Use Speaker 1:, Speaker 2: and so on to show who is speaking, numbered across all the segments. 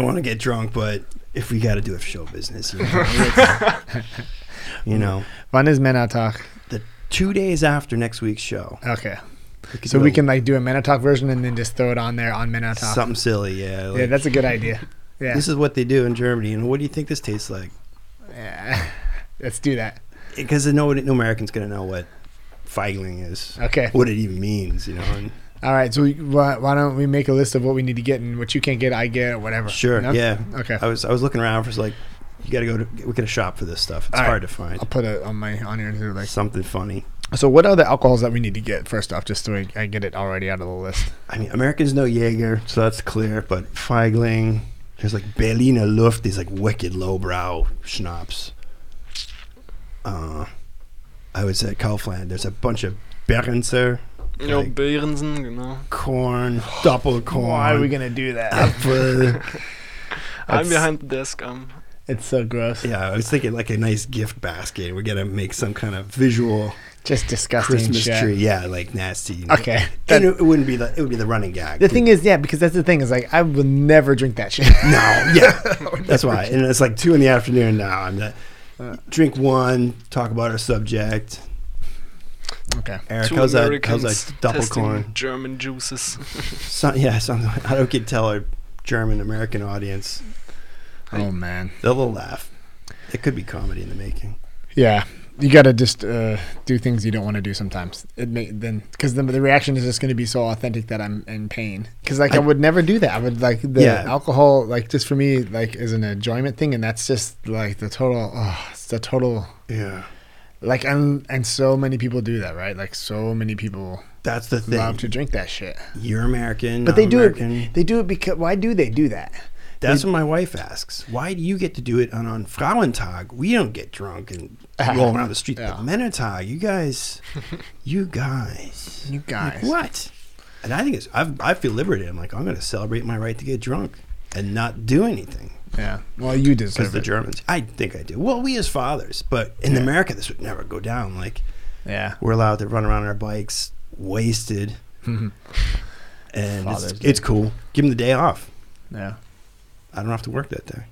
Speaker 1: want to get drunk, but if we got to do it for show business, you know, it's- you know,
Speaker 2: When is Menotalk?
Speaker 1: two days after next week's show,
Speaker 2: Okay.
Speaker 1: we could
Speaker 2: So
Speaker 1: do
Speaker 2: we
Speaker 1: a-
Speaker 2: can like do a Menotalk version and then just throw it on there on Menotalk.
Speaker 1: something silly. Yeah, like,
Speaker 2: yeah, that's a good idea. Yeah.
Speaker 1: this is what they do in Germany. And what do you think this tastes like?
Speaker 2: yeah. Let's do that.
Speaker 1: Because no, no American's gonna know what feigling is,
Speaker 2: Okay.
Speaker 1: what it even means. You know, and
Speaker 2: All right. So we, why, why don't we make a list of what we need to get and what you can't get, I get, or whatever.
Speaker 1: sure,
Speaker 2: No?
Speaker 1: yeah.
Speaker 2: Okay.
Speaker 1: I was I was looking around for like, you got to go to we got to shop for this stuff. It's
Speaker 2: All right.
Speaker 1: hard to find
Speaker 2: I'll put it on my on here too. Like,
Speaker 1: something funny.
Speaker 2: so what are the alcohols that we need to get first off, just so I, I get it already out of the list?
Speaker 1: I mean, Americans know Jaeger, so that's clear. But Feigling, there's like Berliner Luft, these like wicked lowbrow schnapps. Uh, I was at Kaufland. There's a bunch of Berenzer,
Speaker 3: Jo,
Speaker 1: like
Speaker 3: Behrensen, genau.
Speaker 1: corn, doppelkorn.
Speaker 2: Why are we gonna do that?
Speaker 1: apple.
Speaker 3: I'm
Speaker 2: That's-
Speaker 3: behind the desk. Um,
Speaker 2: it's so gross.
Speaker 1: yeah, I was thinking like a nice gift basket. We're gonna make some kind of visual
Speaker 2: Just disgusting
Speaker 1: Christmas
Speaker 2: shit.
Speaker 1: tree. Yeah, like nasty. you know.
Speaker 2: Okay.
Speaker 1: And it, it wouldn't be the it would be the running gag.
Speaker 2: The thing is, yeah, because that's the thing is like I will never drink that shit.
Speaker 1: No, yeah, that's why. And it's like two in the afternoon now. I'm not, drink one, talk about our subject.
Speaker 2: okay.
Speaker 1: Eric,
Speaker 3: two
Speaker 1: how's that? How's
Speaker 3: Americans
Speaker 1: that double
Speaker 3: testing
Speaker 1: corn?
Speaker 3: German juices.
Speaker 1: So, yeah, something. I don't get tell our German American audience.
Speaker 2: Oh man.
Speaker 1: They'll laugh. It could be comedy in the making.
Speaker 2: Yeah. You gotta just uh, do things you don't want to do sometimes. It may, then because the, the reaction is just going to be so authentic that I'm in pain. Because like I,
Speaker 1: I-
Speaker 2: would never do that. I would like the
Speaker 1: Yeah.
Speaker 2: alcohol like just for me like is an enjoyment thing, and that's just like the total. Oh, it's the total
Speaker 1: Yeah,
Speaker 2: like and and so many people do that right. Like so many people
Speaker 1: that's the
Speaker 2: love to
Speaker 1: thing.
Speaker 2: drink that shit.
Speaker 1: You're American,
Speaker 2: But they
Speaker 1: I'm
Speaker 2: do
Speaker 1: American.
Speaker 2: it. They do it because why do they do that?
Speaker 1: That's what my wife asks. Why do you get to do it? And on Frauentag, we don't get drunk and roll around the street. But Menatag, you guys, you guys.
Speaker 2: You guys.
Speaker 1: What? And I think it's I've, I feel liberated. I'm like I'm going to celebrate my right to get drunk and not do anything
Speaker 2: Yeah. Well, you
Speaker 1: because
Speaker 2: deserve
Speaker 1: the
Speaker 2: it.
Speaker 1: Germans. I think I do. Well, we as fathers, but in
Speaker 2: Yeah.
Speaker 1: America this would never go down. Like
Speaker 2: Yeah.
Speaker 1: we're allowed to run around on our bikes wasted,
Speaker 2: Mhm.
Speaker 1: and it's,
Speaker 2: Fathers do.
Speaker 1: it's cool. Give them the day off.
Speaker 2: Yeah.
Speaker 1: I don't have to work that day.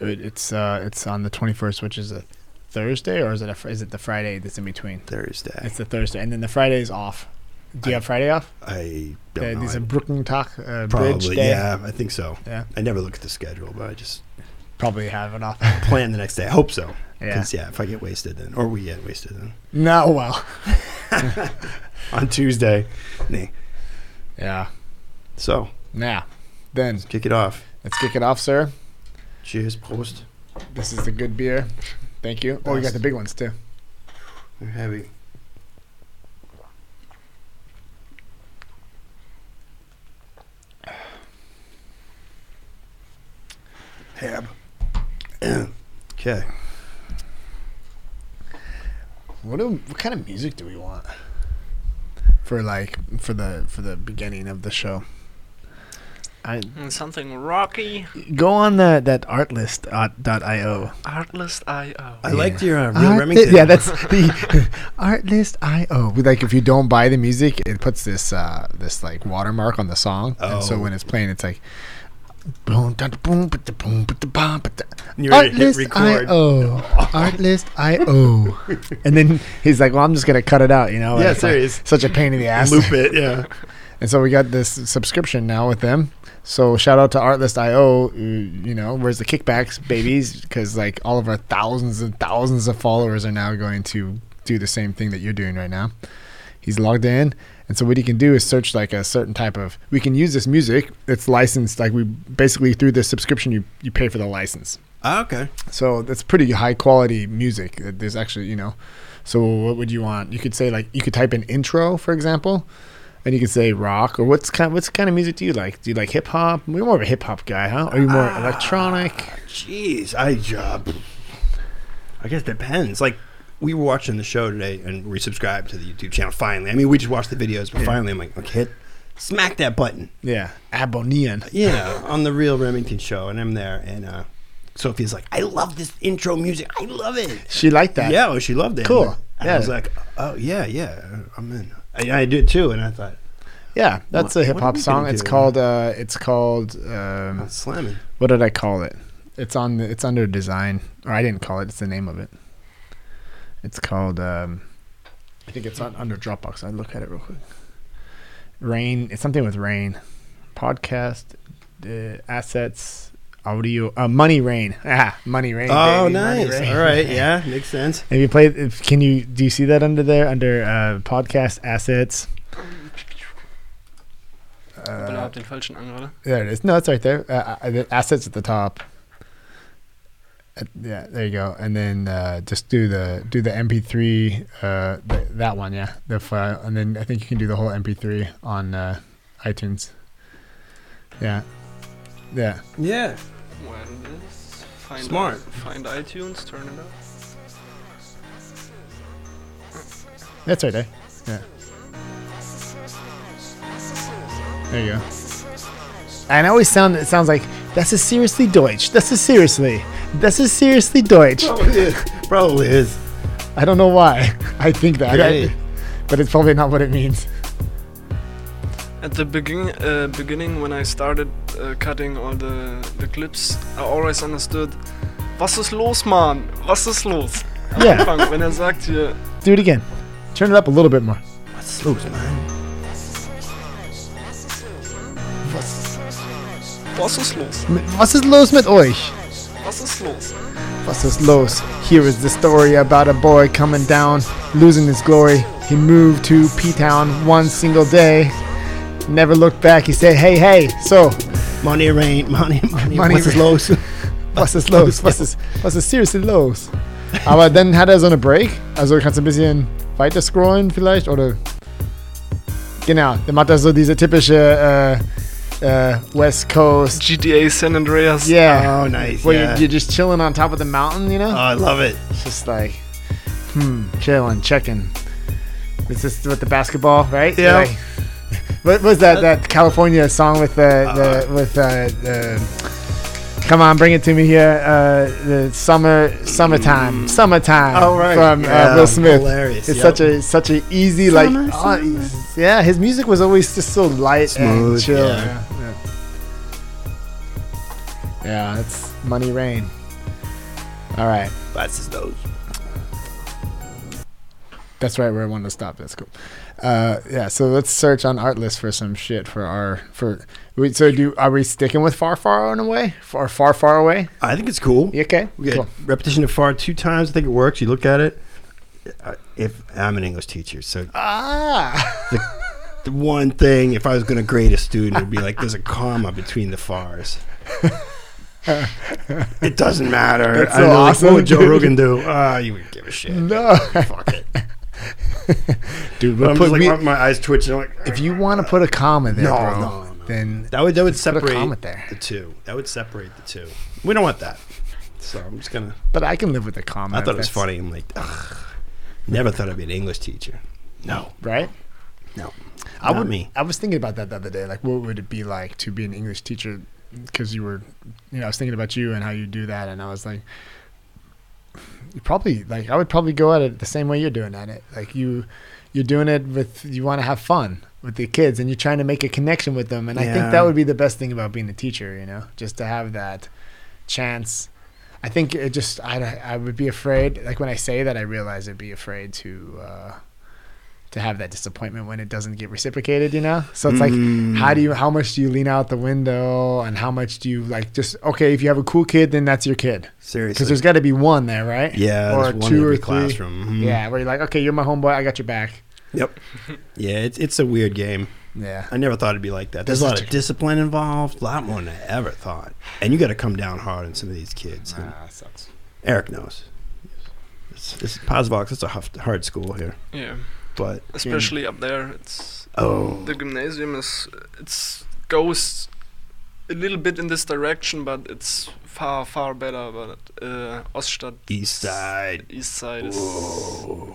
Speaker 2: It, it's uh, it's on the twenty first, which is a Thursday, or is it a, fr- is it the Friday that's in between?
Speaker 1: Thursday.
Speaker 2: It's the Thursday, and then the Friday is off. Do you have Friday off?
Speaker 1: I don't
Speaker 2: Uh,
Speaker 1: know.
Speaker 2: these
Speaker 1: I-
Speaker 2: are Brooklyn Talk uh, Bridge
Speaker 1: probably
Speaker 2: Day.
Speaker 1: yeah. I think so.
Speaker 2: Yeah.
Speaker 1: I never look at the schedule, but I just
Speaker 2: Probably have it off.
Speaker 1: plan the next day. I hope so.
Speaker 2: yeah.
Speaker 1: 'Cause, yeah, if I get wasted then, or we get wasted then.
Speaker 2: No. Well.
Speaker 1: on Tuesday. Nay.
Speaker 2: Yeah.
Speaker 1: So
Speaker 2: Now, then
Speaker 1: kick it off.
Speaker 2: let's kick it off, sir.
Speaker 1: Cheers, post.
Speaker 2: This is the good beer. Thank you. Oh, you got
Speaker 1: Best.
Speaker 2: the big ones too.
Speaker 1: They're heavy. Hab. okay.
Speaker 2: What do, what kind of music do we want? For like for the for the beginning of the show. I
Speaker 3: Mm, Something rocky.
Speaker 2: go on the that artlist uh, dot io.
Speaker 3: Artlist I.O.
Speaker 1: I
Speaker 2: Yeah.
Speaker 1: liked your uh, real
Speaker 2: Art-
Speaker 1: Remington.
Speaker 2: Yeah, that's the artlist io. We- Like if you don't buy the music, it puts this uh this like watermark on the song, and so
Speaker 1: Oh.
Speaker 2: when it's playing, it's like. Boom, da, da, boom, ba, da, boom, ba, da, ba, ba, da.
Speaker 1: And you ready to hit
Speaker 2: Artlist
Speaker 1: record.
Speaker 2: IO. Artlist IO. And then he's like, well, I'm just going to cut it out, you know?
Speaker 1: Yeah,
Speaker 2: it's like
Speaker 1: serious.
Speaker 2: Such a pain in the ass.
Speaker 1: Loop it. Yeah.
Speaker 2: And so we got this subscription now with them. So shout out to Artlist.io. uh, You know, where's the kickbacks, babies? Because like all of our thousands and thousands of followers are now going to do the same thing that you're doing right now. He's logged in, and so what he can do is search like a certain type of. We can use this music. It's licensed. Like we basically through this subscription, you you pay for the license.
Speaker 1: Ah, okay.
Speaker 2: So that's pretty high quality music. Uh, There's actually, you know, so what would you want? You could say like you could type in intro, for example, and you could say rock or what's kind what's kind of music do you like? Do you like hip hop? You're more of a hip hop guy, huh? Are you more
Speaker 1: Ah.
Speaker 2: electronic?
Speaker 1: Jeez, I job. I guess depends. Like we were watching the show today and we subscribed to the YouTube channel finally. I mean, we just watched the videos, but finally I'm like, okay, hit, smack that button.
Speaker 2: Yeah, Abonian.
Speaker 1: Yeah, on the real Remington show, and I'm there, and uh, Sophie's like, I love this intro music. I love it.
Speaker 2: She liked that.
Speaker 1: Yeah, well, she loved it.
Speaker 2: Cool.
Speaker 1: And I was
Speaker 2: Yeah.
Speaker 1: like, oh yeah, yeah, I'm in. I, I did too, and I thought,
Speaker 2: yeah. That's
Speaker 1: What-
Speaker 2: a hip
Speaker 1: what are we
Speaker 2: hop
Speaker 1: gonna
Speaker 2: song. It's
Speaker 1: do?
Speaker 2: called uh, it's called
Speaker 1: I'm
Speaker 2: um,
Speaker 1: slamming.
Speaker 2: what did I call it? It's on the, it's under design, or I didn't call it. It's the name of it. It's called. Um, I think it's on under Dropbox. I look at it real quick. Rain. It's something with rain. Podcast uh, assets. Audio. Uh, money rain. Ah, money rain.
Speaker 1: Oh,
Speaker 2: baby, Money
Speaker 1: nice.
Speaker 2: Rain.
Speaker 1: All right. Yeah, makes sense.
Speaker 2: Have you played? if- Can you do you see that under there under uh, podcast assets?
Speaker 3: Aber ihr
Speaker 2: Uh,
Speaker 3: habt den falschen an, oder?
Speaker 2: there it is. No, it's right there. Uh, uh, the assets at the top. Uh, yeah, there you go. And then uh, just do the do the MP3 uh, th- that one. Yeah, the file. And then I think you can do the whole MP3 on uh, iTunes. Yeah, yeah.
Speaker 1: Yeah.
Speaker 3: When this? Find
Speaker 1: Smart.
Speaker 3: find iTunes, turn it up.
Speaker 2: That's right there. Yeah. There you go. And I always sound it sounds like that's a seriously Deutsch. That's a seriously. That's a seriously Deutsch.
Speaker 1: Probably is. Probably is.
Speaker 2: I don't know why. I think that.
Speaker 1: Hey.
Speaker 2: but it's probably not what it means.
Speaker 3: At the begin- uh, beginning, when I started uh, cutting all the, the clips, I always understood, was ist los, Mann? Was ist los? Am
Speaker 2: Yeah.
Speaker 3: Anfang, wenn er sagt hier,
Speaker 2: Do it again. Turn it up a little bit more.
Speaker 1: What's those, man?
Speaker 3: was ist los?
Speaker 2: Was ist los mit euch?
Speaker 3: Was ist los?
Speaker 2: Was ist los? Here is the story about a boy coming down, losing his glory. He moved to P Town one single day. Never looked back. He said, Hey, hey, so,
Speaker 1: Money rain. Money, money.
Speaker 2: Money
Speaker 1: what's
Speaker 2: rain.
Speaker 1: those?
Speaker 2: was ist los? Was ist, was ist seriously los? Aber dann hat er so eine Break. Also kannst du ein bisschen weiter scrollen vielleicht oder. Genau, dann macht er so diese typische äh, äh, West Coast.
Speaker 3: GTA San Andreas.
Speaker 2: Yeah.
Speaker 1: Oh, nice.
Speaker 2: Where
Speaker 1: yeah.
Speaker 2: you're, you're just chilling on top of the mountain, you know?
Speaker 1: oh, I love it.
Speaker 2: It's just like, hmm, chilling, checking. It's just with the basketball, right?
Speaker 1: Yeah.
Speaker 2: Like, what was that? That California song with the, the
Speaker 1: Uh-huh.
Speaker 2: with uh, the. Come on, bring it to me here. Uh, the summer, summertime, summertime.
Speaker 1: Oh, right.
Speaker 2: From uh,
Speaker 1: Yeah,
Speaker 2: Will Smith.
Speaker 1: hilarious,
Speaker 2: It's
Speaker 1: yep.
Speaker 2: such a such a easy
Speaker 1: Summer,
Speaker 2: like. oh, it's- yeah, his music was always just so light and
Speaker 1: Smooth,
Speaker 2: chill.
Speaker 1: yeah.
Speaker 2: Yeah, yeah. yeah, it's money rain. All right.
Speaker 1: What's those?
Speaker 2: That's right where I wanted to stop. That's cool. Uh, yeah, so let's search on Artlist for some shit for our for. Wait, so do are we sticking with far far on away or far far away?
Speaker 1: I think it's cool.
Speaker 2: You okay,
Speaker 1: We get
Speaker 2: cool.
Speaker 1: repetition of far two times. I think it works. You look at it. Uh, If I'm an English teacher, so
Speaker 2: Ah,
Speaker 1: the one thing, if I was going to grade a student, would be like there's a comma between the fars. it doesn't matter.
Speaker 2: That's
Speaker 1: I know,
Speaker 2: so
Speaker 1: like,
Speaker 2: awesome,
Speaker 1: what would Joe
Speaker 2: dude.
Speaker 1: Rogan do? Ah, you would give a shit.
Speaker 2: no,
Speaker 1: Fuck it.
Speaker 2: dude.
Speaker 1: But I'm
Speaker 2: put
Speaker 1: just like
Speaker 2: me-
Speaker 1: my, my eyes twitching. I'm like,
Speaker 2: if you want to put a comma there,
Speaker 1: No,
Speaker 2: bro,
Speaker 1: no, no.
Speaker 2: then
Speaker 1: that would that would
Speaker 2: put a comma
Speaker 1: separate
Speaker 2: there.
Speaker 1: the two. That would separate the two. We don't want that. So I'm just gonna.
Speaker 2: But I can live with a comma.
Speaker 1: I
Speaker 2: if
Speaker 1: thought it was
Speaker 2: that's-
Speaker 1: funny. I'm like, ugh. never thought I'd be an English teacher. No,
Speaker 2: right?
Speaker 1: no,
Speaker 2: I
Speaker 1: Not
Speaker 2: would.
Speaker 1: me.
Speaker 2: I was thinking about that the other day. Like, what would it be like to be an English teacher? Because you were, you know, I was thinking about you and how you do that, and I was like, you probably like I would probably go at it the same way you're doing at it. Like you, you're doing it with you want to have fun with the kids, and you're trying to make a connection with them. And I think
Speaker 1: Yeah.
Speaker 2: that would be the best thing about being a teacher. You know, just to have that chance. I think it just I I would be afraid. Like when I say that, I realize I'd be afraid to. uh to have that disappointment when it doesn't get reciprocated, you know? So it's
Speaker 1: Mm.
Speaker 2: like how do you how much do you lean out the window and how much do you like just okay, if you have a cool kid, then that's your kid. Because
Speaker 1: Mm. seriously.
Speaker 2: there's got to be one there, right?
Speaker 1: Yeah,
Speaker 2: or
Speaker 1: there's one in
Speaker 2: two or
Speaker 1: every
Speaker 2: three.
Speaker 1: classroom. Mhm.
Speaker 2: Yeah, where you're like, okay, you're my homeboy, I got your back.
Speaker 1: Yep. Yeah, it's it's a weird game.
Speaker 2: Yeah,
Speaker 1: I never thought it'd be like that. There's a
Speaker 2: This
Speaker 1: lot
Speaker 2: is
Speaker 1: of
Speaker 2: true.
Speaker 1: discipline involved, a lot more than I ever thought. And you got to come down hard on some of these kids. And
Speaker 2: Nah, sucks.
Speaker 1: Eric knows. This, this Posvox, it's a huff- hard school here,
Speaker 3: Yeah.
Speaker 1: but
Speaker 3: Especially up there, it's
Speaker 1: oh,
Speaker 3: the gymnasium is it's goes a little bit in this direction, but it's far far better. But uh, Oststadt
Speaker 1: East Side.
Speaker 3: East Side is
Speaker 1: Whoa.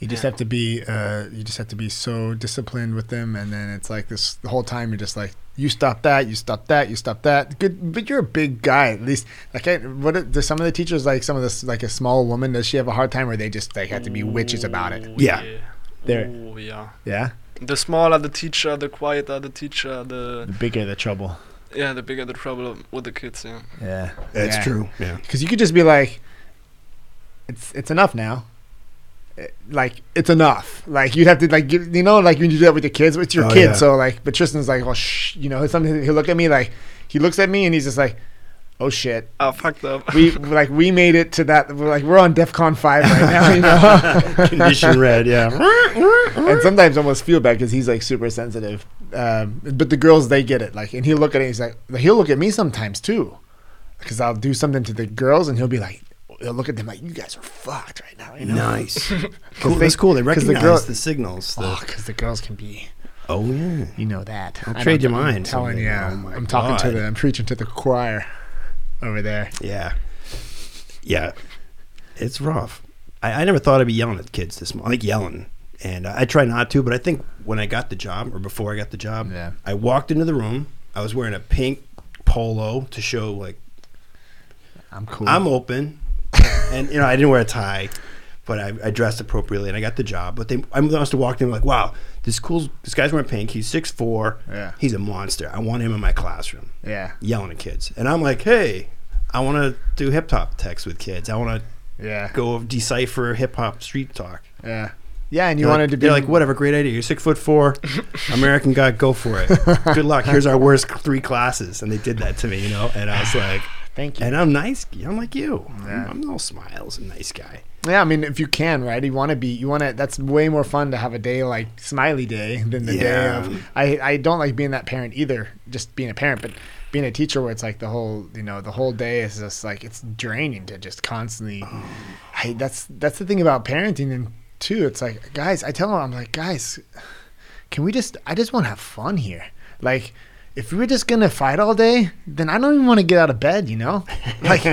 Speaker 2: You just have to be, uh, you just have to be so disciplined with them, and then it's like this the whole time. You're just like, you stop that, you stop that, you stop that. Good, but you're a big guy at least. Like, I, what are- do some of the teachers like? Some of this, like a small woman, does she have a hard time, where they just like have to be witches about it?
Speaker 3: Oh,
Speaker 1: Yeah.
Speaker 2: There.
Speaker 3: Oh yeah.
Speaker 2: Yeah,
Speaker 3: The smaller the teacher, the quieter the teacher, the
Speaker 2: bigger the trouble.
Speaker 3: yeah, the bigger the problem with the kids, yeah.
Speaker 2: Yeah,
Speaker 1: That's
Speaker 2: Yeah.
Speaker 1: true. Yeah.
Speaker 2: because you could just be like, it's it's enough now. It- Like it's enough. Like you'd have to like give, you know like when you do that with the kids, it's your
Speaker 1: Oh,
Speaker 2: kid.
Speaker 1: yeah.
Speaker 2: So like, but Tristan's like, oh shh, you know, something he'll look at me like he looks at me and he's just like, oh shit,
Speaker 3: I fucked up.
Speaker 2: we like we made it to that. We're like we're on DefCon five right now, you know.
Speaker 1: Condition red. Yeah.
Speaker 2: and sometimes I almost feel bad because he's like super sensitive. Um, but the girls they get it. Like, and he'll look at it. He's like, he'll look at me sometimes too, because I'll do something to the girls, and he'll be like, he'll look at them like, you guys are fucked right now. You know?
Speaker 1: Nice. cool.
Speaker 2: they-
Speaker 1: that's cool. They
Speaker 2: 'cause the
Speaker 1: recognize the,
Speaker 2: girl-
Speaker 1: signals. the-
Speaker 2: Oh, because the girls can be,
Speaker 1: oh yeah.
Speaker 2: you know that.
Speaker 1: I'll
Speaker 2: I
Speaker 1: trade
Speaker 2: don't-
Speaker 1: you mine
Speaker 2: I'm telling
Speaker 1: someday.
Speaker 2: you,
Speaker 1: Oh my
Speaker 2: I'm talking to
Speaker 1: God.
Speaker 2: the, I'm preaching to the choir over there.
Speaker 1: Yeah. Yeah. It's rough. I, I never thought I'd be yelling at kids this much. I like yelling. And I, I try not to, but I think when I got the job or before I got the job,
Speaker 2: Yeah.
Speaker 1: I walked into the room. I was wearing a pink polo to show, like,
Speaker 2: I'm cool.
Speaker 1: I'm open. and, you know, I didn't wear a tie, but I, I dressed appropriately and I got the job. But they, I must have walked in like, wow, this cool, this guy's wearing pink. He's 6'4.
Speaker 2: Yeah.
Speaker 1: He's a monster. I want him in my classroom
Speaker 2: yeah,
Speaker 1: yelling at kids. And I'm like, hey, I want to do hip hop text with kids. I want to
Speaker 2: yeah,
Speaker 1: go decipher hip hop street talk.
Speaker 2: yeah, yeah. And you
Speaker 1: They're
Speaker 2: wanted
Speaker 1: like,
Speaker 2: to be
Speaker 1: they're like, whatever, great idea. You're six foot four, American God, go for it. Good luck. Here's our worst three classes, and they did that to me, you know. And I was like,
Speaker 2: Thank you.
Speaker 1: and I'm nice. I'm like you.
Speaker 2: Yeah.
Speaker 1: I'm, I'm all smiles and nice guy.
Speaker 2: Yeah, I mean, if you can, right? You want to be, you want to. That's way more fun to have a day like Smiley Day than the day
Speaker 1: Yeah.
Speaker 2: of. I I don't like being that parent either. Just being a parent, but being a teacher where it's like the whole, you know, the whole day is just like it's draining to just constantly. I that's that's the thing about parenting and too. It's like guys, I tell them I'm like guys, can we just? I just want to have fun here, like. If we were just gonna fight all day, then I don't even want to get out of bed, you know. Like, you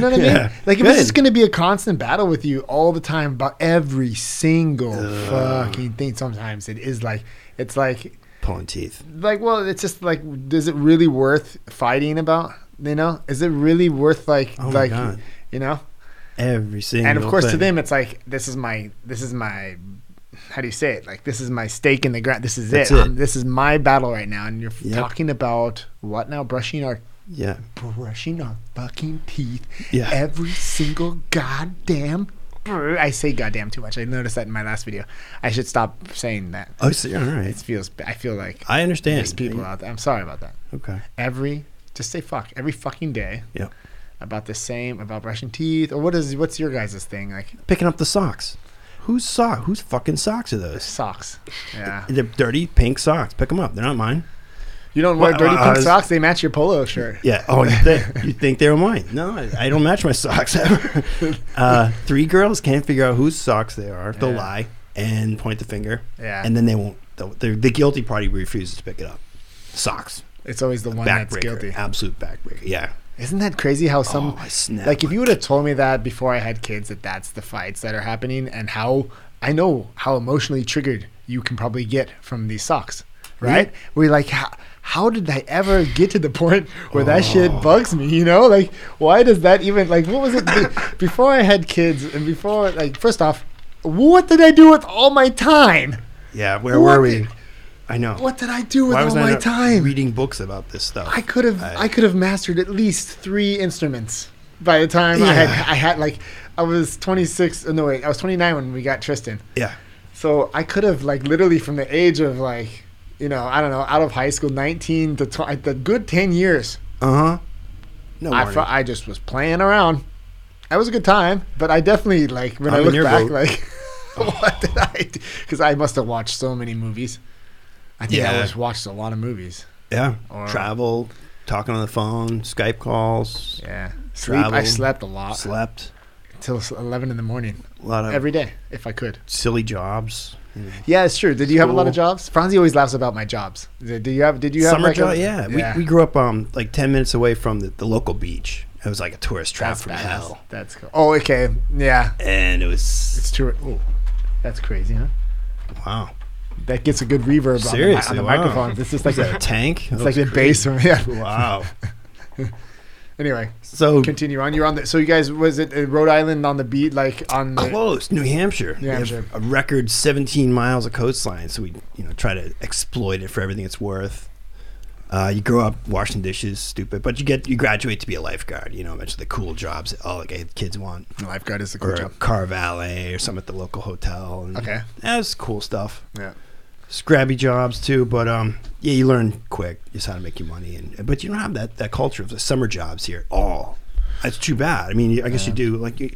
Speaker 2: know what I mean?
Speaker 1: Yeah.
Speaker 2: Like, if
Speaker 1: Good.
Speaker 2: it's just going to be a constant battle with you all the time about every single fucking thing. Sometimes it is like it's like
Speaker 1: Pulling teeth.
Speaker 2: like well, it's just like is it really worth fighting about? You know, is it really worth like
Speaker 1: Oh my
Speaker 2: like
Speaker 1: God.
Speaker 2: you know?
Speaker 1: Every single.
Speaker 2: and of course, to
Speaker 1: thing.
Speaker 2: them, it's like this is my this is my how do you say it? Like this is my stake in the ground. This is
Speaker 1: That's
Speaker 2: it.
Speaker 1: it.
Speaker 2: Um, this is my battle right now. And you're
Speaker 1: Yep.
Speaker 2: talking about what now? Brushing our
Speaker 1: yeah,
Speaker 2: brushing our fucking teeth
Speaker 1: Yeah.
Speaker 2: every single goddamn. I say goddamn too much. I noticed that in my last video. I should stop saying that.
Speaker 1: oh, see, all right.
Speaker 2: It feels. ba- I feel like
Speaker 1: I understand.
Speaker 2: there's people out there. I'm sorry about that.
Speaker 1: Okay.
Speaker 2: Every just say fuck every fucking day
Speaker 1: Yeah,
Speaker 2: about the same about brushing teeth or what is what's your guys' thing like
Speaker 1: picking up the socks. Whose sock? Whose fucking socks are those?
Speaker 2: socks. Yeah,
Speaker 1: They're dirty pink socks. Pick them up. They're not mine.
Speaker 2: you don't wear
Speaker 1: Well,
Speaker 2: dirty
Speaker 1: I
Speaker 2: pink
Speaker 1: was-
Speaker 2: socks. They match your polo shirt.
Speaker 1: Yeah. Oh, you think, you think they were mine? No, I, I don't match my socks ever. Uh, three girls can't figure out whose socks they are. They'll
Speaker 2: Yeah.
Speaker 1: lie and point the finger,
Speaker 2: Yeah.
Speaker 1: and then they won't. they'll- they're- The guilty party refuses to pick it up. Socks.
Speaker 2: It's always the one that's
Speaker 1: Backbreaker.
Speaker 2: guilty.
Speaker 1: Absolute backbreaker. Yeah.
Speaker 2: Isn't that crazy how some
Speaker 1: oh, I snap.
Speaker 2: like if you would have told me that before I had kids that that's the fights that are happening and how I know how emotionally triggered you can probably get from these socks, right? Where you're like, how, how did I ever get to the point where that shit
Speaker 1: Oh.
Speaker 2: bugs me? You know, like why does that even like what was it be- before I had kids and before like first off, what did I do with all my time?
Speaker 1: yeah. Where
Speaker 2: What
Speaker 1: were we?
Speaker 2: did-
Speaker 1: I know.
Speaker 2: What did I do with
Speaker 1: Why
Speaker 2: all
Speaker 1: was I
Speaker 2: my
Speaker 1: not
Speaker 2: time?
Speaker 1: reading books about this stuff?
Speaker 2: I could have I,
Speaker 1: I-
Speaker 2: could have mastered at least three instruments by the time I had
Speaker 1: Yeah.
Speaker 2: I had like I was 26 oh, no wait I was 29 when we got Tristan
Speaker 1: yeah.
Speaker 2: so I could have like literally from the age of like you know I don't know out of high school 19 to tw- the good 10 years
Speaker 1: Uh huh. No.
Speaker 2: I,
Speaker 1: warning.
Speaker 2: fu- I just was playing around that was a good time but I definitely like when i
Speaker 1: I'm in
Speaker 2: look
Speaker 1: your
Speaker 2: back
Speaker 1: boat.
Speaker 2: like what did I do because I must have watched so many movies I think I
Speaker 1: Yeah.
Speaker 2: was watched a lot of movies
Speaker 1: yeah.
Speaker 2: Or-
Speaker 1: Travel. Talking on the phone. Skype calls.
Speaker 2: yeah sleep I
Speaker 1: Travel.
Speaker 2: slept a lot
Speaker 1: Slept.
Speaker 2: till 11 in the morning
Speaker 1: A lot of
Speaker 2: every day if I could.
Speaker 1: silly jobs.
Speaker 2: uh, Yeah, it's true. Did you have a lot of
Speaker 1: School.
Speaker 2: jobs? Franzi always laughs about my jobs. Did did you have? Did you have
Speaker 1: Summer
Speaker 2: like a-
Speaker 1: job, yeah. We, we grew up um like ten minutes away from the, the local beach. It was like a tourist trap
Speaker 2: that's
Speaker 1: from
Speaker 2: badass.
Speaker 1: hell,
Speaker 2: That's cool. Oh, okay. Yeah,
Speaker 1: and it
Speaker 2: it's
Speaker 1: was
Speaker 2: true. Oh, that's crazy, huh?
Speaker 1: wow.
Speaker 2: That gets a good reverb on the, mi- on
Speaker 1: Seriously,
Speaker 2: the
Speaker 1: wow.
Speaker 2: microphone. This is like
Speaker 1: Is that a
Speaker 2: a,
Speaker 1: tank?
Speaker 2: it's like the bass from yeah.
Speaker 1: Wow.
Speaker 2: Anyway,
Speaker 1: So
Speaker 2: continue on. You're on the. So you guys was it uh, Rhode Island on the beat like on the
Speaker 1: close, New Hampshire.
Speaker 2: New
Speaker 1: We have
Speaker 2: Hampshire.
Speaker 1: a record seventeen miles of coastline, so we you know try to exploit it for everything it's worth. Uh, you grow up washing dishes, stupid, but you get you graduate to be a lifeguard. You know, eventually the cool jobs that all the ki- kids want,
Speaker 2: Lifeguard is the cool
Speaker 1: or a
Speaker 2: job.
Speaker 1: car valet, or some at the local hotel. And
Speaker 2: Okay.
Speaker 1: that's cool stuff.
Speaker 2: Yeah.
Speaker 1: Scrabby jobs too, but um, yeah, you learn quick just how to make your money, and but you don't have that that culture of the summer jobs here at all. That's too bad. I mean, I guess you do like you,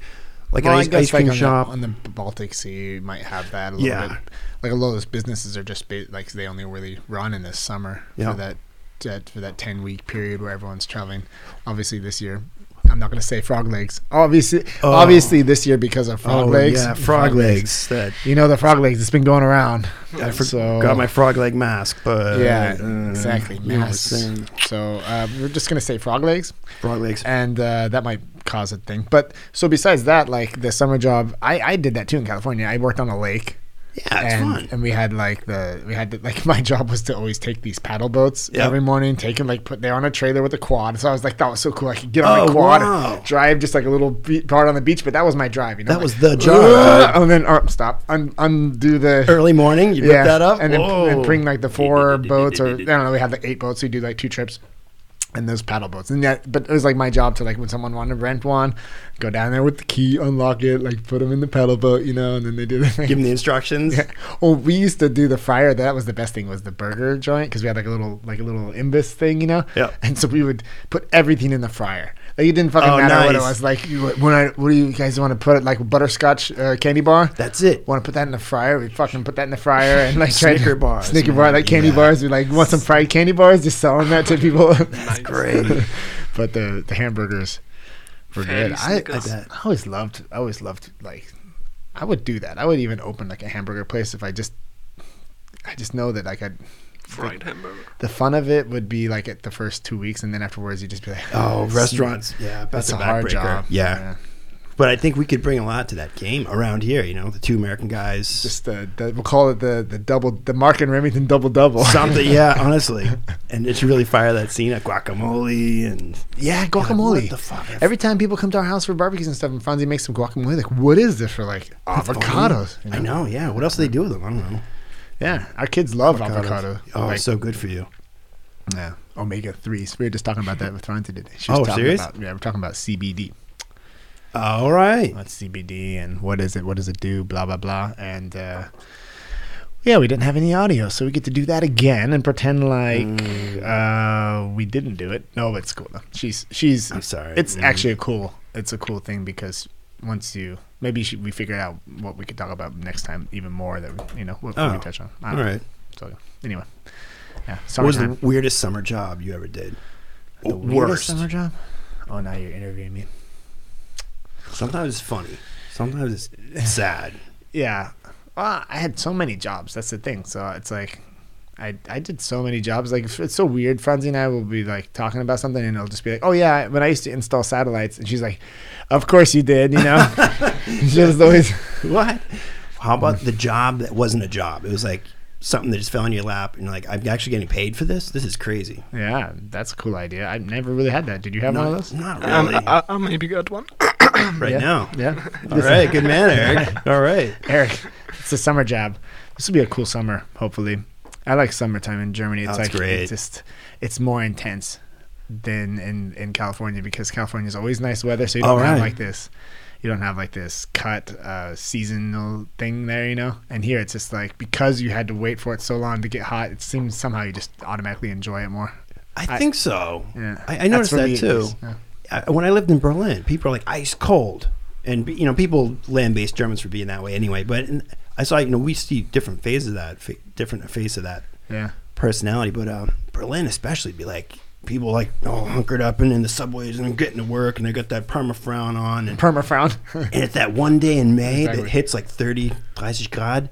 Speaker 1: like
Speaker 2: Well,
Speaker 1: an
Speaker 2: I
Speaker 1: ice,
Speaker 2: guess,
Speaker 1: ice cream
Speaker 2: like, on
Speaker 1: shop.
Speaker 2: the, on the Baltic Sea. You might have that a little
Speaker 1: Yeah.
Speaker 2: bit. Like a lot of those businesses are just ba- like they only really run in the summer
Speaker 1: Yeah.
Speaker 2: for that, that for that ten week period where everyone's traveling. Obviously, this year. I'm not going to say frog legs. Obviously,
Speaker 1: Oh.
Speaker 2: obviously this year because of frog
Speaker 1: Oh,
Speaker 2: legs.
Speaker 1: yeah, frog, legs. That
Speaker 2: You know the frog legs. It's been going around.
Speaker 1: I forgot
Speaker 2: So-
Speaker 1: my frog leg mask, but
Speaker 2: Yeah,
Speaker 1: uh,
Speaker 2: exactly,
Speaker 1: you know what I'm
Speaker 2: masks.
Speaker 1: saying?
Speaker 2: So uh, we're just going to say frog legs.
Speaker 1: Frog legs.
Speaker 2: and uh, that might cause a thing. But so besides that, like the summer job, I, I did that too in California. I worked on a lake,
Speaker 1: Yeah, it's
Speaker 2: and
Speaker 1: fun.
Speaker 2: and we had like the we had like my job was to always take these paddle boats
Speaker 1: Yep.
Speaker 2: every morning, take them like put they on a trailer with a quad. So I was like, that was so cool. I could get on
Speaker 1: Oh,
Speaker 2: my quad,
Speaker 1: wow.
Speaker 2: drive just like a little be- part on the beach. But that was my drive. You know,
Speaker 1: That was
Speaker 2: like,
Speaker 1: the job.
Speaker 2: And then oh, stop, un- undo the
Speaker 1: Early morning, you pick that up,
Speaker 2: and then and
Speaker 1: Whoa.
Speaker 2: bring like the four boats, or I don't know, we had the eight boats. We do like two trips, and those paddle boats. And that, but it was like my job to like when someone wanted to rent one, go down there with the key, unlock it, like put them in the paddle boat, you know, and then they do the thing.
Speaker 1: give them the instructions.
Speaker 2: Yeah. Oh, we used to do the fryer. That was the best thing was the burger joint because we had like a little like a little imbus thing, you know.
Speaker 1: Yeah.
Speaker 2: And so we would put everything in the fryer. Like it didn't fucking
Speaker 1: Oh,
Speaker 2: matter what it
Speaker 1: nice.
Speaker 2: was. Like you, when I, what do you guys want to put it? Like butterscotch uh, candy bar.
Speaker 1: That's it.
Speaker 2: Want to put that in the fryer? We fucking put that in the fryer and like try to-
Speaker 1: Snicker bars,
Speaker 2: Snicker
Speaker 1: man.
Speaker 2: bar, like candy
Speaker 1: Yeah.
Speaker 2: bars. We like want some fried candy bars. Just selling that to people.
Speaker 3: That's
Speaker 1: Great.
Speaker 2: but the the hamburgers were
Speaker 3: Fatty
Speaker 2: good. I, I,
Speaker 3: Snickers.
Speaker 2: I always loved. I always loved like. I would do that. I would even open like a hamburger place if I just. I just know that like I,
Speaker 3: Fried hamburger.
Speaker 2: the fun of it would be like at the first two weeks, and then afterwards you'd just be like,
Speaker 1: Oh,
Speaker 2: "This-
Speaker 1: restaurants. Yeah,
Speaker 2: That's a
Speaker 1: back
Speaker 2: hard
Speaker 1: breaker.
Speaker 2: job.
Speaker 1: Yeah. but I think we could bring a lot to that game around here. You know, the two American guys.
Speaker 2: Just the, the we'll call it the the double the Mark and Remington double double.
Speaker 1: Something, yeah, honestly, and it's really fire that scene at guacamole and
Speaker 2: Yeah,
Speaker 1: What
Speaker 2: guacamole.
Speaker 1: the fuck?
Speaker 2: Every time people come to our house for barbecues and stuff, and Fonzie makes some guacamole, like, what is this? We're like, avocados. you
Speaker 1: I know, yeah. What else do they do with them? I don't know.
Speaker 2: Yeah, our kids love avocado.
Speaker 1: Oh,
Speaker 2: Like,
Speaker 1: it's so good for you.
Speaker 2: yeah, omega threes. We were just talking about that with Fonzie today. She
Speaker 1: Oh,
Speaker 2: was talking
Speaker 1: serious?
Speaker 2: About, yeah, we're talking about CBD.
Speaker 1: Uh, All right.
Speaker 2: What's CBD and what is it? What does it do? Blah blah blah. And uh, yeah, we didn't have any audio, so we get to do that again and pretend like uh, we didn't do it. No, it's cool though. She's she's
Speaker 1: Mm. I'm sorry.
Speaker 2: It's
Speaker 1: Mm.
Speaker 2: actually a cool. It's a cool thing because once you maybe you should- we figure out what we could talk about next time even more that we, you know what we
Speaker 1: Oh,
Speaker 2: can touch on. I
Speaker 1: All
Speaker 2: don't know.
Speaker 1: right.
Speaker 2: So anyway, yeah.
Speaker 1: What was the
Speaker 2: Summertime.
Speaker 1: weirdest summer job you ever did?
Speaker 2: The, weirdest summer job. Oh, now you're interviewing me.
Speaker 1: Sometimes it's funny. Sometimes it's sad.
Speaker 2: Yeah. Well, I had so many jobs. That's the thing. So it's like. I, I did so many jobs like it's, it's so weird Franzi and I will be like talking about something and it'll just be like oh yeah when I used to install satellites and she's like of course you did you know she was always
Speaker 1: What? How about the job that wasn't a job? It was like something that just fell in your lap, and you're like, I'm actually getting paid for this. This is crazy.
Speaker 2: Yeah, that's a cool idea. I never really had that. Did you have one of
Speaker 1: Not,
Speaker 2: those?
Speaker 1: not
Speaker 3: Um,
Speaker 1: really.
Speaker 3: I, I maybe got one.
Speaker 1: right
Speaker 2: yeah.
Speaker 1: now.
Speaker 2: Yeah.
Speaker 1: All right. Good man, Eric. All right.
Speaker 2: Eric, it's a summer job. This will be a cool summer, hopefully. I like summertime in Germany. It's
Speaker 1: That's
Speaker 2: like
Speaker 1: great.
Speaker 2: it's just it's more intense than in, in California because California is always nice weather, so you
Speaker 1: All
Speaker 2: don't have
Speaker 1: right.
Speaker 2: like this you don't have like this cut uh, seasonal thing there, you know. And here it's just like because you had to wait for it so long to get hot, it seems somehow you just automatically enjoy it more.
Speaker 1: I
Speaker 2: I-
Speaker 1: think so.
Speaker 2: Yeah,
Speaker 1: I, I
Speaker 2: That's
Speaker 1: noticed
Speaker 2: for me
Speaker 1: that
Speaker 2: at
Speaker 1: too.
Speaker 2: least. Yeah.
Speaker 1: I, when I lived in Berlin, people are like ice cold, and you know, people land-based Germans for being that way anyway. But in, I saw, you know, we see different phases of that, fa- different phase of that
Speaker 2: Yeah.
Speaker 1: personality. But um, Berlin, especially, be like people like all hunkered up and in the subways and getting to work, and they got that perma frown on, and,
Speaker 2: Perma frown.
Speaker 1: and it's that one day in May
Speaker 2: Exactly.
Speaker 1: that hits like 30, 30 grad.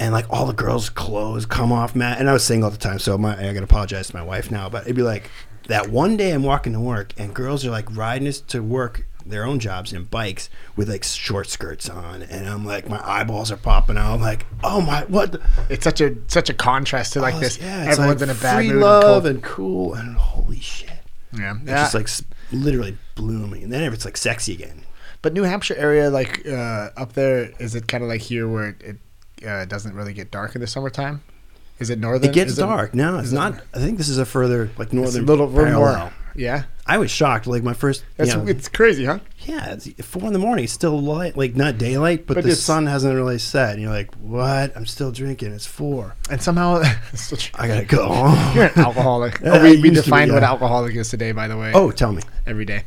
Speaker 1: And like all the girls' clothes come off, Matt. And I was single at the time, so my, I gotta apologize to my wife now. But it'd be like that one day I'm walking to work, and girls are like riding us to work, their own jobs and bikes with like short skirts on, and I'm like my eyeballs are popping out. I'm like, oh my, what? The?
Speaker 2: It's such a such a contrast to like
Speaker 1: Oh,
Speaker 2: this.
Speaker 1: Yeah, it's
Speaker 2: Everyone's
Speaker 1: like
Speaker 2: in a bad
Speaker 1: free
Speaker 2: mood. and
Speaker 1: love
Speaker 2: cold.
Speaker 1: and, cool and holy shit.
Speaker 2: yeah,
Speaker 1: It's just like s- literally blooming, and then it's like sexy again.
Speaker 2: but New Hampshire area, like uh, up there, is it kind of like here where it, it uh, doesn't really get dark in the summertime? Is it northern?
Speaker 1: it gets
Speaker 2: Is
Speaker 1: dark. no, it's
Speaker 2: is it-
Speaker 1: not. I think this is a further like
Speaker 2: It's a
Speaker 1: northern
Speaker 2: little little
Speaker 1: parallel.
Speaker 2: more. Yeah,
Speaker 1: I was shocked. Like my first. you
Speaker 2: that's
Speaker 1: know,
Speaker 2: it's crazy, huh?
Speaker 1: yeah, it's four in the morning. It's still light, like not daylight, but,
Speaker 2: But
Speaker 1: the
Speaker 2: it's-
Speaker 1: sun hasn't really set. And you're like, what? I'm still drinking. It's four.
Speaker 2: And somehow,
Speaker 1: I gotta go. home.
Speaker 2: you're an alcoholic.
Speaker 1: Yeah,
Speaker 2: oh,
Speaker 1: I
Speaker 2: we we
Speaker 1: used to be,
Speaker 2: defined what
Speaker 1: yeah.
Speaker 2: alcoholic is today, by the way.
Speaker 1: oh, tell me.
Speaker 2: every day.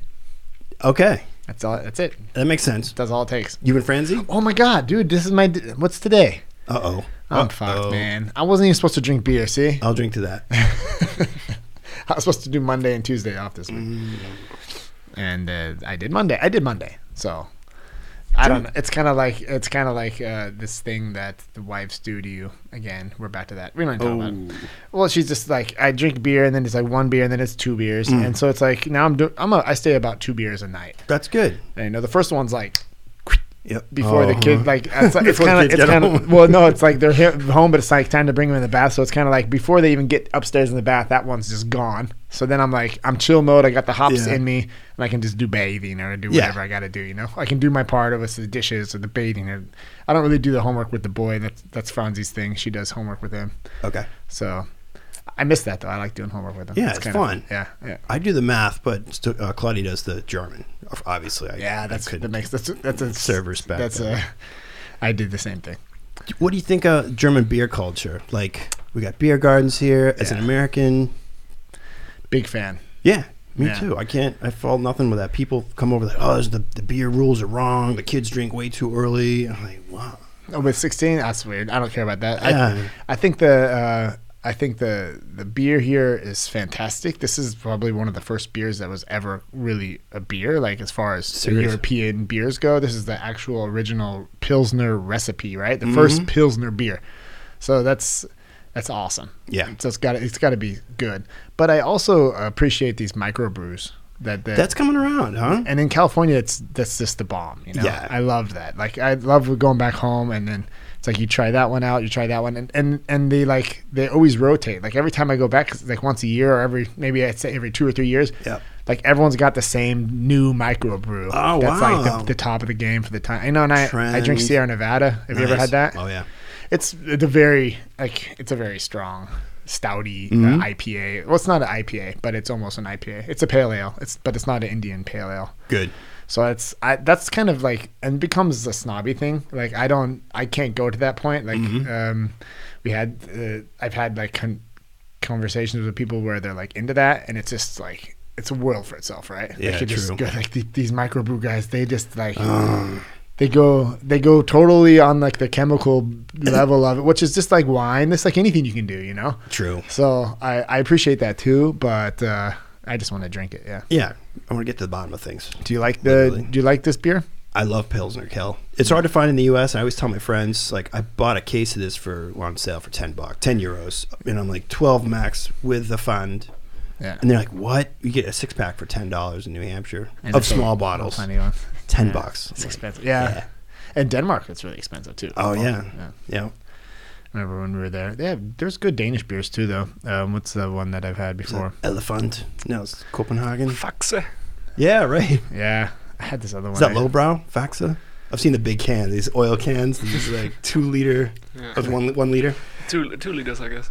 Speaker 1: Okay,
Speaker 2: That's all. That's it.
Speaker 1: that makes sense.
Speaker 2: That's all it takes.
Speaker 1: You and Franzi?
Speaker 2: Oh my god, dude, this is my. d- What's today?
Speaker 1: Uh oh.
Speaker 2: I'm fucked, man. I wasn't even supposed to drink beer. See,
Speaker 1: I'll drink to that.
Speaker 2: I was supposed to do Monday and Tuesday off this week, and uh, I did Monday. I did Monday, so I don't. know. It's kind of like it's kind of like uh, this thing that the wives do to you. Again, we're back to that. We're not talking about. It. Well, she's just like I drink beer, and then it's like one beer, and then it's two beers, and so it's like now I'm doing. I'm a, I stay about two beers a night.
Speaker 1: That's good.
Speaker 2: And you know, the first one's like
Speaker 1: Yep.
Speaker 2: before the
Speaker 1: Oh,
Speaker 2: kid
Speaker 1: huh.
Speaker 2: like it's, it's
Speaker 1: Before the
Speaker 2: kind of
Speaker 1: kids get
Speaker 2: it's kind
Speaker 1: home.
Speaker 2: of well no it's like they're here, home but it's like time to bring them in the bath so it's kind of like before they even get upstairs in the bath that one's just gone so then I'm like I'm chill mode I got the hops
Speaker 1: Yeah.
Speaker 2: in me and I can just do bathing or do
Speaker 1: Yeah.
Speaker 2: whatever I got to do you know I can do my part of it's the dishes or the bathing or I don't really do the homework with the boy that's that's Franzie's thing she does homework with him
Speaker 1: Okay.
Speaker 2: so I miss that though I like doing homework with him
Speaker 1: Yeah, it's
Speaker 2: kinda-
Speaker 1: fun.
Speaker 2: yeah yeah.
Speaker 1: I do the math, but st- uh, Claudia does the German. Obviously, I
Speaker 2: Yeah, that's
Speaker 1: could
Speaker 2: that makes that's that's a
Speaker 1: serve respect.
Speaker 2: That's a, I did the same thing.
Speaker 1: What do you think of German beer culture? Like, we got beer gardens here. As an
Speaker 2: Yeah.
Speaker 1: American,
Speaker 2: Big fan.
Speaker 1: yeah, me
Speaker 2: Yeah.
Speaker 1: too. I can't. I fall nothing with that. People come over like, oh, there's the the beer rules are wrong. The kids drink way too early. I'm like, wow.
Speaker 2: Oh, with 16, that's weird. I don't care about that.
Speaker 1: Yeah.
Speaker 2: I, I think the uh, I think the the beer here is fantastic. This is probably one of the first beers that was ever really a beer, like as far as the
Speaker 1: Serious?
Speaker 2: European beers go. This is the actual original Pilsner recipe, right? The
Speaker 1: Mm-hmm.
Speaker 2: first Pilsner beer. So that's that's awesome.
Speaker 1: Yeah.
Speaker 2: So it's got it's got to be good. But I also appreciate these microbrews that that
Speaker 1: That's coming around, huh?
Speaker 2: and in California, it's that's just the bomb. You know,
Speaker 1: Uh-huh. Yeah.
Speaker 2: I loved that. Like, I love going back home, and then it's like you try that one out, you try that one, and and and they like they always rotate. Like every time I go back, 'cause it's like once a year or every maybe I'd say every two or three years.
Speaker 1: Yep.
Speaker 2: Like everyone's got the same new microbrew.
Speaker 1: Oh,
Speaker 2: that's
Speaker 1: wow.
Speaker 2: like the, the top of the game for the time. I know, and I, I drink
Speaker 1: Trend.
Speaker 2: Sierra Nevada. Have you ever
Speaker 1: Nice.
Speaker 2: had that?
Speaker 1: Oh yeah.
Speaker 2: It's it's a very like it's a very strong stouty
Speaker 1: Mm-hmm.
Speaker 2: uh, IPA. Well, it's not an IPA, but it's almost an IPA. It's a pale ale. It's but it's not an Indian pale ale.
Speaker 1: Good.
Speaker 2: So it's I, that's kind of like and becomes a snobby thing. Like I don't, I can't go to that point. Like
Speaker 1: Mm-hmm.
Speaker 2: um, we had, uh, I've had like con- conversations with people where they're like into that, and it's just like it's a world for itself, right?
Speaker 1: Yeah,
Speaker 2: like, you just
Speaker 1: true.
Speaker 2: go- like the, these microbrew guys, they just like. They go, they go totally on like the chemical level of it, which is just like wine. It's like anything you can do, you know.
Speaker 1: True.
Speaker 2: So I, I appreciate that too, but uh, I just want to drink it. Yeah.
Speaker 1: Yeah. I want to get to the bottom of things.
Speaker 2: Do you like the?
Speaker 1: Literally.
Speaker 2: Do you like this beer?
Speaker 1: I love Pilsner Kel. It's hard to find in the U.S. I always tell my friends, like, I bought a case of this for on sale for ten bucks, ten euros, and I'm like twelve max with the fund.
Speaker 2: Yeah.
Speaker 1: And they're like, "What? You get a six pack for ten dollars in New Hampshire
Speaker 2: And
Speaker 1: of
Speaker 2: it's a-
Speaker 1: small bottles,
Speaker 2: Plenty of
Speaker 1: ten
Speaker 2: yeah.
Speaker 1: bucks."
Speaker 2: It's
Speaker 1: I'm like,
Speaker 2: expensive. Yeah.
Speaker 1: Yeah.
Speaker 2: And Denmark, it's really expensive too.
Speaker 1: Oh yeah. yeah,
Speaker 2: Remember when we were there? They have there's good Danish beers too though. Um, what's the one that I've had
Speaker 1: Is it
Speaker 2: before?
Speaker 1: Elephant. No, it's Copenhagen.
Speaker 3: Faxe.
Speaker 1: Yeah, right.
Speaker 2: Yeah, I had this other one.
Speaker 1: Is that
Speaker 2: I-
Speaker 1: lowbrow Faxa? I've seen the big can, these oil cans, these like two liter,
Speaker 3: Yeah.
Speaker 1: of one one liter.
Speaker 3: Two, two liters, I guess.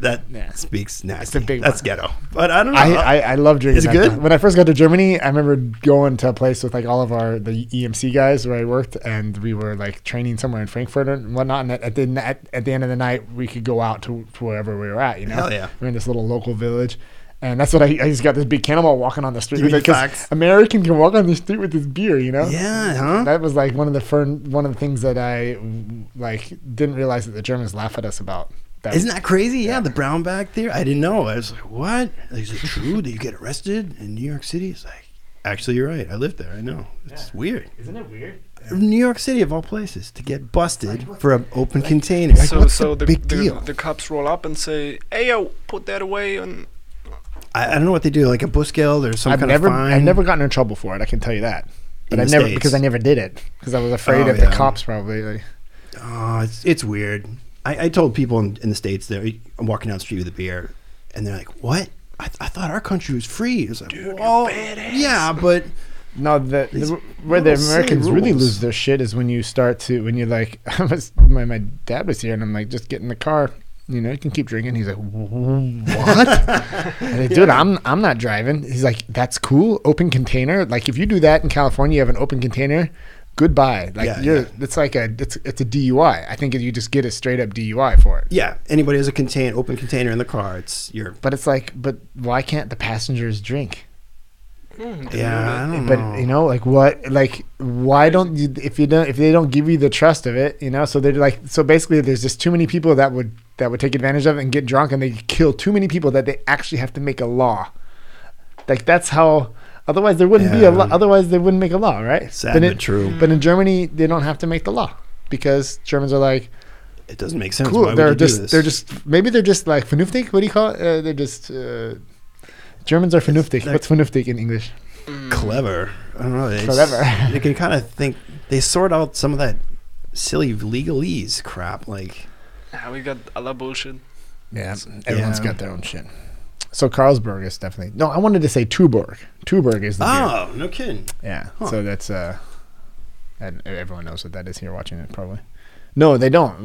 Speaker 1: That
Speaker 2: Yeah.
Speaker 1: speaks nasty.
Speaker 2: It's a big
Speaker 1: That's ghetto. But I don't know.
Speaker 2: I, I, I love drinking.
Speaker 1: Uh-huh. Is it
Speaker 2: that
Speaker 1: good?
Speaker 2: stuff. When I first got to Germany, I remember going to a place with like all of our the EMC guys where I worked, and we were like training somewhere in Frankfurt and whatnot. And at, at the at, at the end of the night, we could go out to, to wherever we were at. You know,
Speaker 1: Hell yeah.
Speaker 2: we're in this little local village. And that's what I, I just got this big cannonball walking on the street.
Speaker 1: You
Speaker 2: with
Speaker 1: mean
Speaker 2: it, 'cause
Speaker 1: facts?
Speaker 2: American can walk on the street with this beer, you know?
Speaker 1: yeah, huh?
Speaker 2: That was like one of the fern, one of the things that I like didn't realize that the Germans laugh at us about. That
Speaker 1: Isn't that crazy? Yeah, the brown bag theory. I didn't know. I was like, what? Like, is it true that you get arrested in New York City? It's like, actually, you're right. I lived there. I know. It's weird.
Speaker 2: isn't it weird?
Speaker 1: New York City, of all places, to get busted for an open container. Like,
Speaker 3: so
Speaker 1: what's
Speaker 3: so
Speaker 1: the
Speaker 3: the,
Speaker 1: big
Speaker 3: the,
Speaker 1: deal?
Speaker 3: the cops roll up and say, "Hey yo, put that away." And
Speaker 1: I, I don't know what they do. Like a buskill or some
Speaker 2: I've
Speaker 1: kind
Speaker 2: never,
Speaker 1: of fine.
Speaker 2: I've never gotten in trouble for it. I can tell you that. But
Speaker 1: In
Speaker 2: I
Speaker 1: the
Speaker 2: never
Speaker 1: States.
Speaker 2: because I never did it because I was afraid
Speaker 1: Oh,
Speaker 2: of
Speaker 1: yeah.
Speaker 2: the cops probably. Like,
Speaker 1: Oh, it's, it's weird. I, I told people in, in the states that I'm walking down the street with a beer, and they're like, "What? I, th- I thought our country was free." It's like,
Speaker 3: Dude, you're
Speaker 1: well,
Speaker 3: badass."
Speaker 1: yeah, but
Speaker 2: no, the,
Speaker 1: These
Speaker 2: the where the
Speaker 1: little silly
Speaker 2: Americans really
Speaker 1: rules.
Speaker 2: lose their shit is when you start to when you're like I was, my my dad was here and I'm like just get in the car You know, you can keep drinking. He's like, what? And I, Dude, I'm I'm not driving. He's like, that's cool. Open container. Like if you do that in California, you have an open container. Goodbye. Like
Speaker 1: Yeah,
Speaker 2: you're,
Speaker 1: yeah.
Speaker 2: it's like a it's it's a DUI. I think you just get a straight up DUI for it.
Speaker 1: Yeah, anybody has a contain open container in the car. It's your
Speaker 2: But it's like, but why can't the passengers drink?
Speaker 3: Mm,
Speaker 1: yeah. I don't
Speaker 2: but
Speaker 1: know.
Speaker 2: you know like what like why don't you if you don't if they don't give you the trust of it you know so they're like so basically there's just too many people that would that would take advantage of it and get drunk and they kill too many people that they actually have to make a law like that's how otherwise there wouldn't be a law
Speaker 1: Yeah.
Speaker 2: otherwise they wouldn't make a law right
Speaker 1: sad
Speaker 2: but,
Speaker 1: but,
Speaker 2: in,
Speaker 1: true.
Speaker 2: but in germany they don't have to make the law because germans are like
Speaker 1: It doesn't make sense. Why
Speaker 2: cool
Speaker 1: would
Speaker 2: they're
Speaker 1: you do
Speaker 2: just
Speaker 1: this?
Speaker 2: they're just maybe they're just like vernünftig what do you call it uh, they're just uh, germans are vernünftig
Speaker 1: they're-
Speaker 2: what's vernünftig in english
Speaker 3: Mm.
Speaker 1: clever. I don't know. It's,
Speaker 2: Clever.
Speaker 1: they can kind of think they sort out some of that silly legalese crap. Like
Speaker 3: Yeah, we got a lot of bullshit.
Speaker 2: Yeah, everyone's
Speaker 1: Yeah.
Speaker 2: got their own shit. So Carlsberg is definitely no. I wanted to say Tuborg. Tuborg is the beer.
Speaker 1: oh, no kidding.
Speaker 2: Yeah.
Speaker 1: huh.
Speaker 2: So that's uh, and everyone knows what that is here watching it probably. No, they don't.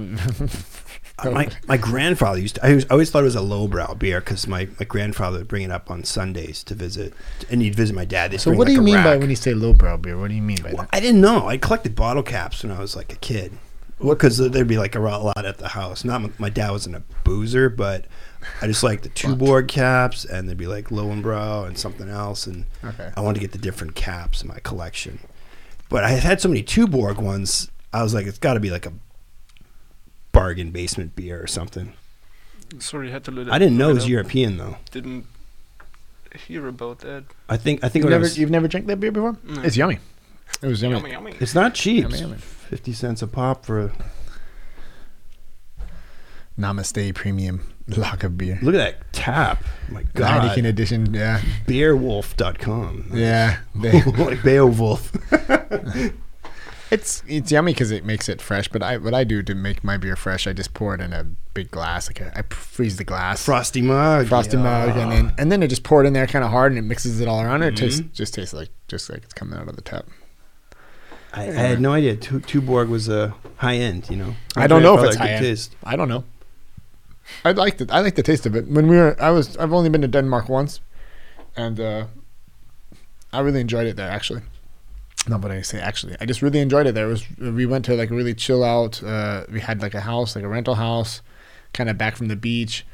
Speaker 1: Uh,
Speaker 2: Oh.
Speaker 1: My my grandfather used. To, I, was, I always thought it was a lowbrow beer because my, my grandfather would bring it up on Sundays to visit, and he'd visit my dad. They'd
Speaker 2: so
Speaker 1: bring,
Speaker 2: what do
Speaker 1: like,
Speaker 2: you
Speaker 1: a
Speaker 2: mean by
Speaker 1: rack.
Speaker 2: when you say lowbrow beer? What do you mean by
Speaker 1: Well,
Speaker 2: that?
Speaker 1: I didn't know. I collected bottle caps when I was like a kid. Well, because there'd be like a ro- lot at the house. Not my- my dad wasn't a boozer, but I just liked the two board caps, and there'd be like Lowenbrow and something else, and
Speaker 2: Okay.
Speaker 1: I wanted to get the different caps in my collection. But I had had so many Tuborg ones, I was like, it's got to be like a bargain basement beer or something.
Speaker 3: Sorry, had to let it.
Speaker 1: I didn't know it was
Speaker 3: look up.
Speaker 1: European though.
Speaker 3: Didn't hear about that.
Speaker 1: I think I think when I
Speaker 2: You've never,
Speaker 1: was-
Speaker 2: you've never drank that beer before?
Speaker 3: No.
Speaker 2: It's yummy. It was yummy.
Speaker 3: Yummy, yummy.
Speaker 1: it's not cheap.
Speaker 2: Yummy,
Speaker 1: It's
Speaker 2: yummy.
Speaker 1: Fifty cents a pop for a,
Speaker 2: Namaste Premium Lager Beer.
Speaker 1: look at that tap. My
Speaker 2: The
Speaker 1: God,
Speaker 2: Heineken edition. Yeah.
Speaker 1: beerwolf.com.
Speaker 2: Yeah. They,
Speaker 1: like Beowulf.
Speaker 2: It's it's yummy because it makes it fresh. But I what I do to make my beer fresh, I just pour it in a big glass. Like a, I freeze the glass,
Speaker 1: Frosty mug.
Speaker 2: frosted mug, and then and then I just pour it in there kind of hard, and it mixes it all around. and It tastes
Speaker 1: Mhm.
Speaker 2: just tastes like just like it's coming out of the tap.
Speaker 1: I, I had no idea Tu- Tuborg was a high end, you know.
Speaker 2: I don't know if
Speaker 1: Probably
Speaker 2: it's
Speaker 1: a good
Speaker 2: high-end.
Speaker 1: taste.
Speaker 2: I don't know. I liked it. I like the taste of it. When we were, I was I've only been to Denmark once, and uh, I really enjoyed it there actually. Not what I say actually. I just really enjoyed it there. It was we went to like a really chill out. Uh, we had like a house, like a rental house, kind of back from the beach.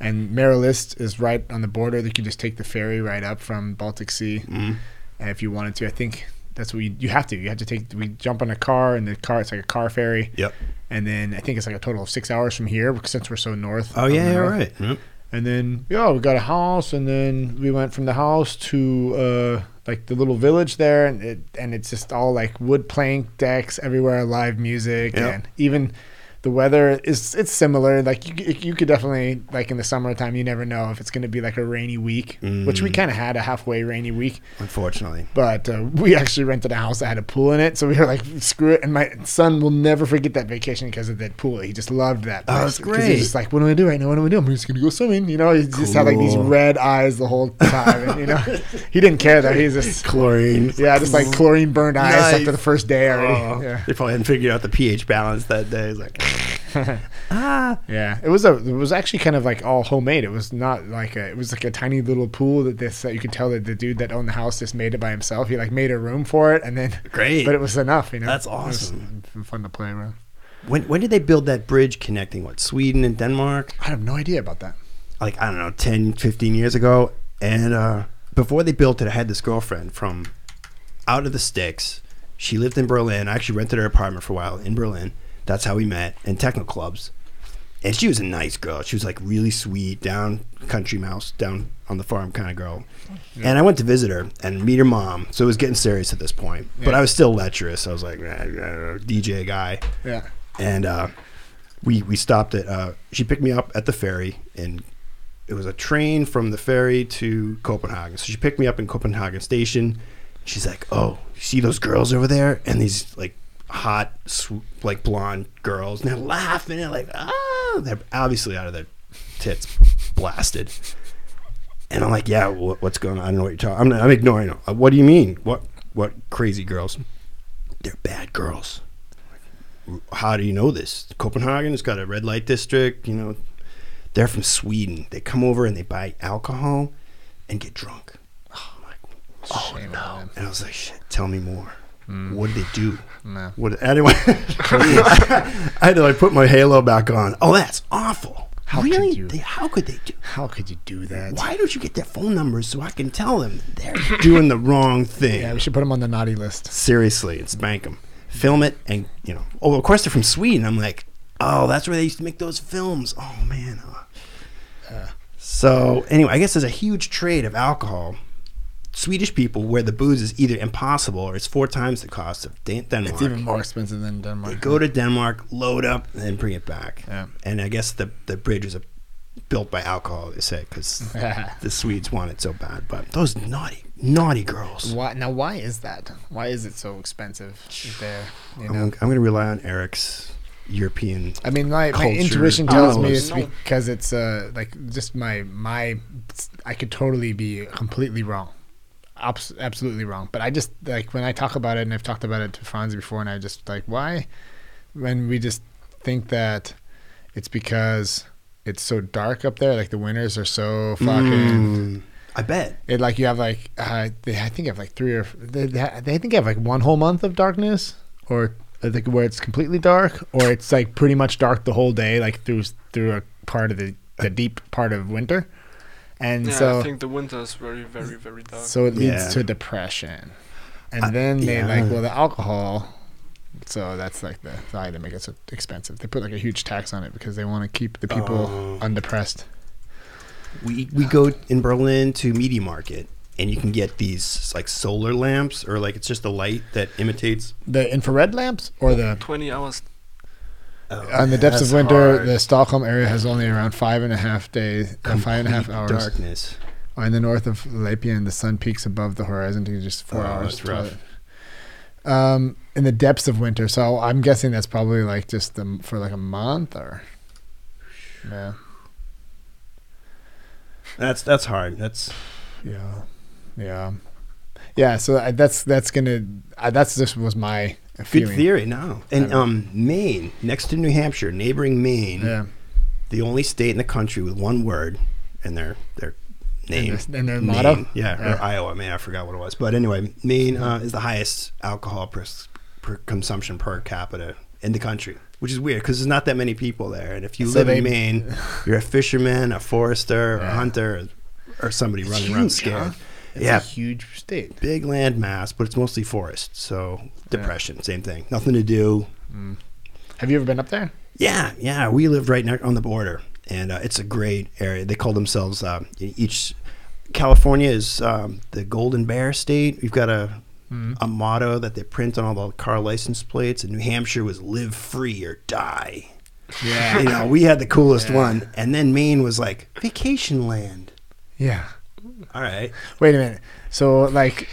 Speaker 2: And Marilist is right on the border. You can just take the ferry right up from Baltic Sea
Speaker 1: Mm.
Speaker 2: and if you wanted to, I think that's what you, you have to. You have to take. We jump on a car, and the car it's like a car ferry.
Speaker 1: Yep.
Speaker 2: And then I think it's like a total of six hours from here, because since we're so north.
Speaker 1: Oh
Speaker 2: of
Speaker 1: yeah, yeah,
Speaker 2: north.
Speaker 1: right. Yep.
Speaker 2: And then yeah, we got a house, and then we went from the house to uh, like the little village there, and it and it's just all like wood plank decks everywhere, live music,
Speaker 1: Yep.
Speaker 2: and even. The weather is it's similar. Like you, c- you could definitely like in the summertime, you never know if it's going to be like a rainy week, which we
Speaker 1: Mm.
Speaker 2: kind of had a halfway rainy week
Speaker 1: Unfortunately,
Speaker 2: but uh, we actually rented a house that had a pool in it. So we were like, screw it. And my son will never forget that vacation because of that pool. He just loved that.
Speaker 1: Oh,
Speaker 2: place.
Speaker 1: that's
Speaker 2: 'Cause He was just
Speaker 1: great.
Speaker 2: like, what do I do right now? What do I do? I'm just going to go swimming. You know, he just had like these
Speaker 1: Cool.
Speaker 2: red eyes the whole time. And, you know, he didn't care though. He's just,
Speaker 1: chlorine.
Speaker 2: yeah, just like chlorine burned eyes
Speaker 1: Nice.
Speaker 2: after the first day already.
Speaker 1: Oh,
Speaker 2: Yeah.
Speaker 1: They probably hadn't figured out the pH balance that day. It's like ah,
Speaker 2: Yeah, it was a it was actually kind of like all homemade. It was not like a it was like a tiny little pool that this that you could tell that the dude that owned the house just made it by himself. He like made a room for it and then
Speaker 1: Great.
Speaker 2: but it was enough. You know,
Speaker 1: That's
Speaker 2: It was
Speaker 1: awesome.
Speaker 2: f- fun to play around.
Speaker 1: when when did they build that bridge connecting what Sweden and Denmark?
Speaker 2: I have no idea about that.
Speaker 1: like I don't know 10 15 years ago and uh before they built it I had this girlfriend from out of the sticks she lived in Berlin I actually rented her apartment for a while in Berlin that's how we met in techno clubs and she was a nice girl she was like really sweet down country mouse down on the farm kind of girl and I went to visit her and meet her mom so it was getting serious at this point but
Speaker 2: Yeah.
Speaker 1: I was still lecherous I was like "Nah, nah, nah, DJ guy
Speaker 2: Yeah,
Speaker 1: and uh, we we stopped at. Uh, she picked me up at the ferry, and it was a train from the ferry to Copenhagen. So she picked me up in Copenhagen station. She's like, "Oh, you see those girls over there?" And these like hot, sw- like blonde girls, and they're laughing and like, "Ah!" They're obviously out of their tits, blasted. And I'm like, "Yeah, wha what's going on? I don't know what you're talking. I'm, not- I'm ignoring them. Uh, What do you mean? What what crazy girls? They're bad girls." how do you know this? Copenhagen, it's got a red light district, you know. They're from Sweden. They come over and they buy alcohol and get drunk. Oh, my
Speaker 2: Oh no.
Speaker 1: and I was like, shit, tell me more.
Speaker 2: Mm.
Speaker 1: What did they do?
Speaker 2: No.
Speaker 1: What anyway? I had to like put my halo back on. Oh, that's awful.
Speaker 2: How could
Speaker 1: really?
Speaker 2: you?
Speaker 1: They, how could they do?
Speaker 2: How could you do that?
Speaker 1: Why don't you get their phone numbers so I can tell them they're doing the wrong thing?
Speaker 2: Yeah, we should put him on the naughty list.
Speaker 1: Seriously, and spank them. Film it, and you know. Oh, of course they're from Sweden. I'm like, oh, that's where they used to make those films. Oh man. huh. So anyway, I guess there's a huge trade of alcohol. Swedish people, where the booze is either impossible or it's four times the cost of Dan- Denmark.
Speaker 2: It's even more expensive than Denmark.
Speaker 1: They go to Denmark, load up, and then bring it back.
Speaker 2: Yeah.
Speaker 1: And I guess the the bridge is a, built by alcohol. They say because the Swedes want it so bad. But those naughty naughty girls.
Speaker 2: why now? Why is that? Why is it so expensive there? You
Speaker 1: I'm,
Speaker 2: know.
Speaker 1: I'm going to rely on Eric's European.
Speaker 2: I mean, my, my
Speaker 1: Culture.
Speaker 2: intuition tells
Speaker 1: Oh,
Speaker 2: me it's
Speaker 3: no.
Speaker 2: because it's uh like just my my I could totally be completely wrong, Abs- absolutely wrong. But I just like when I talk about it, and I've talked about it to Franz before, and I just like why when we just think that it's because it's so dark up there, like the winters are so fucking.
Speaker 1: Mm, I bet.
Speaker 2: It like you have like uh, they, I think you have like three or f- they, they ha- they think you have like one whole month of darkness or I think where it's completely dark or it's like pretty much dark the whole day like through through a part of the the deep part of winter, and
Speaker 3: Yeah, I
Speaker 2: so
Speaker 3: think the winter is very, very, very dark.
Speaker 2: so it leads
Speaker 1: Yeah.
Speaker 2: to depression, and
Speaker 1: I-
Speaker 2: then they
Speaker 1: yeah.
Speaker 2: like well the alcohol, so that's like the why they make it so expensive. They put like a huge tax on it because they want to keep the people
Speaker 1: Oh.
Speaker 2: undepressed.
Speaker 1: We we go in Berlin to Media Market, and you can get these like solar lamps, or like it's just a light that imitates.
Speaker 2: The infrared lamps or the
Speaker 3: 20 hours.
Speaker 2: On the depths
Speaker 1: Oh, That's
Speaker 2: of winter,
Speaker 1: hard.
Speaker 2: the Stockholm area has only around five and a half days, uh, five and a half
Speaker 1: Complete
Speaker 2: hours.
Speaker 1: darkness.
Speaker 2: On the north of Lapia, the sun peaks above the horizon to just four
Speaker 1: Oh,
Speaker 2: hours.
Speaker 1: that's rough.
Speaker 2: to- Um, in the depths of winter, so I'm guessing that's probably like just the, for like a month or. Yeah,
Speaker 1: That's that's hard. That's
Speaker 2: yeah, yeah, yeah. So I, that's that's gonna I, that's this was my
Speaker 1: Good
Speaker 2: feeling.
Speaker 1: theory, no.
Speaker 2: I
Speaker 1: And
Speaker 2: know.
Speaker 1: um, Maine, next to New Hampshire, neighboring Maine,
Speaker 2: Yeah,
Speaker 1: the only state in the country with one word in their their name.
Speaker 2: And their- and their
Speaker 1: Name.
Speaker 2: motto?
Speaker 1: yeah,
Speaker 2: Yeah.
Speaker 1: or Iowa. I mean, I forgot what it was, but anyway, Maine uh, is the highest alcohol per, per consumption per capita in the country, which is weird because there's not that many people there. And if you
Speaker 2: So
Speaker 1: live
Speaker 2: they-
Speaker 1: in Maine, you're a fisherman, a forester, or a
Speaker 2: Yeah.
Speaker 1: hunter, or, or somebody running around
Speaker 2: huge, huh?
Speaker 1: scared.
Speaker 2: It's
Speaker 1: yeah,
Speaker 2: a huge state.
Speaker 1: big land mass, but it's mostly forest. So depression, same thing. Nothing to do.
Speaker 2: Have you ever been up there?
Speaker 1: Yeah, yeah. We lived right next on the border, and uh, it's a great area. They call themselves um, each. California is um, the Golden Bear state. We've got a
Speaker 2: Mm-hmm.
Speaker 1: a motto that they print on all the car license plates, and New Hampshire was "Live free or die."
Speaker 2: Yeah,
Speaker 1: You know, we had the coolest
Speaker 2: Yeah.
Speaker 1: one, and then Maine was like vacation land.
Speaker 2: yeah.
Speaker 1: All right,
Speaker 2: Wait a minute. So like,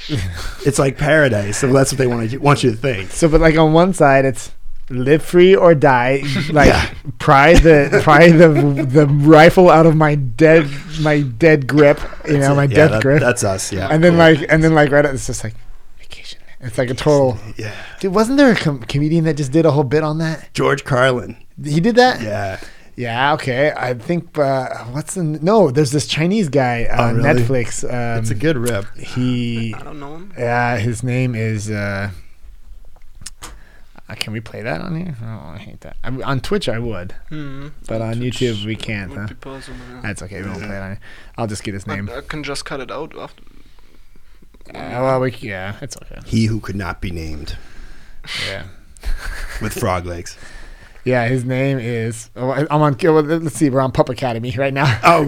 Speaker 1: it's like paradise. So that's what they want to want you to think.
Speaker 2: so but like on one side it's live free or die. Like
Speaker 1: Yeah.
Speaker 2: pry the pry the the rifle out of my dead my dead grip. You know my
Speaker 1: Yeah,
Speaker 2: death
Speaker 1: that-
Speaker 2: grip.
Speaker 1: That's us. Yeah,
Speaker 2: and then like and then like right at, it's just like vacation. It's like a total.
Speaker 1: yeah,
Speaker 2: Dude, wasn't there a com- comedian that just did a whole bit on that?
Speaker 1: George Carlin.
Speaker 2: He did that.
Speaker 1: Yeah.
Speaker 2: Yeah, Okay. I think. Uh, what's the n- no? There's this Chinese guy on
Speaker 1: Oh, really?
Speaker 2: Netflix. Um,
Speaker 1: it's a good rip.
Speaker 2: He
Speaker 3: I don't know him.
Speaker 2: Yeah, his name is. Uh, uh, can we play that on here? Oh, I hate that. I, on Twitch, I would,
Speaker 3: Hmm.
Speaker 2: but on
Speaker 3: Twitch
Speaker 2: YouTube, we can't.
Speaker 3: would
Speaker 2: Huh?
Speaker 3: be possible, yeah.
Speaker 2: That's okay. We won't play it on here. I'll just get his name.
Speaker 3: I, I can just cut it out after.
Speaker 2: Uh, well, we, c- yeah, it's okay.
Speaker 1: He who could not be named
Speaker 2: Yeah,
Speaker 1: with frog legs.
Speaker 2: yeah. His name is. Oh, I- I'm on. oh, Let's see. We're on Pup Academy right now.
Speaker 1: Oh,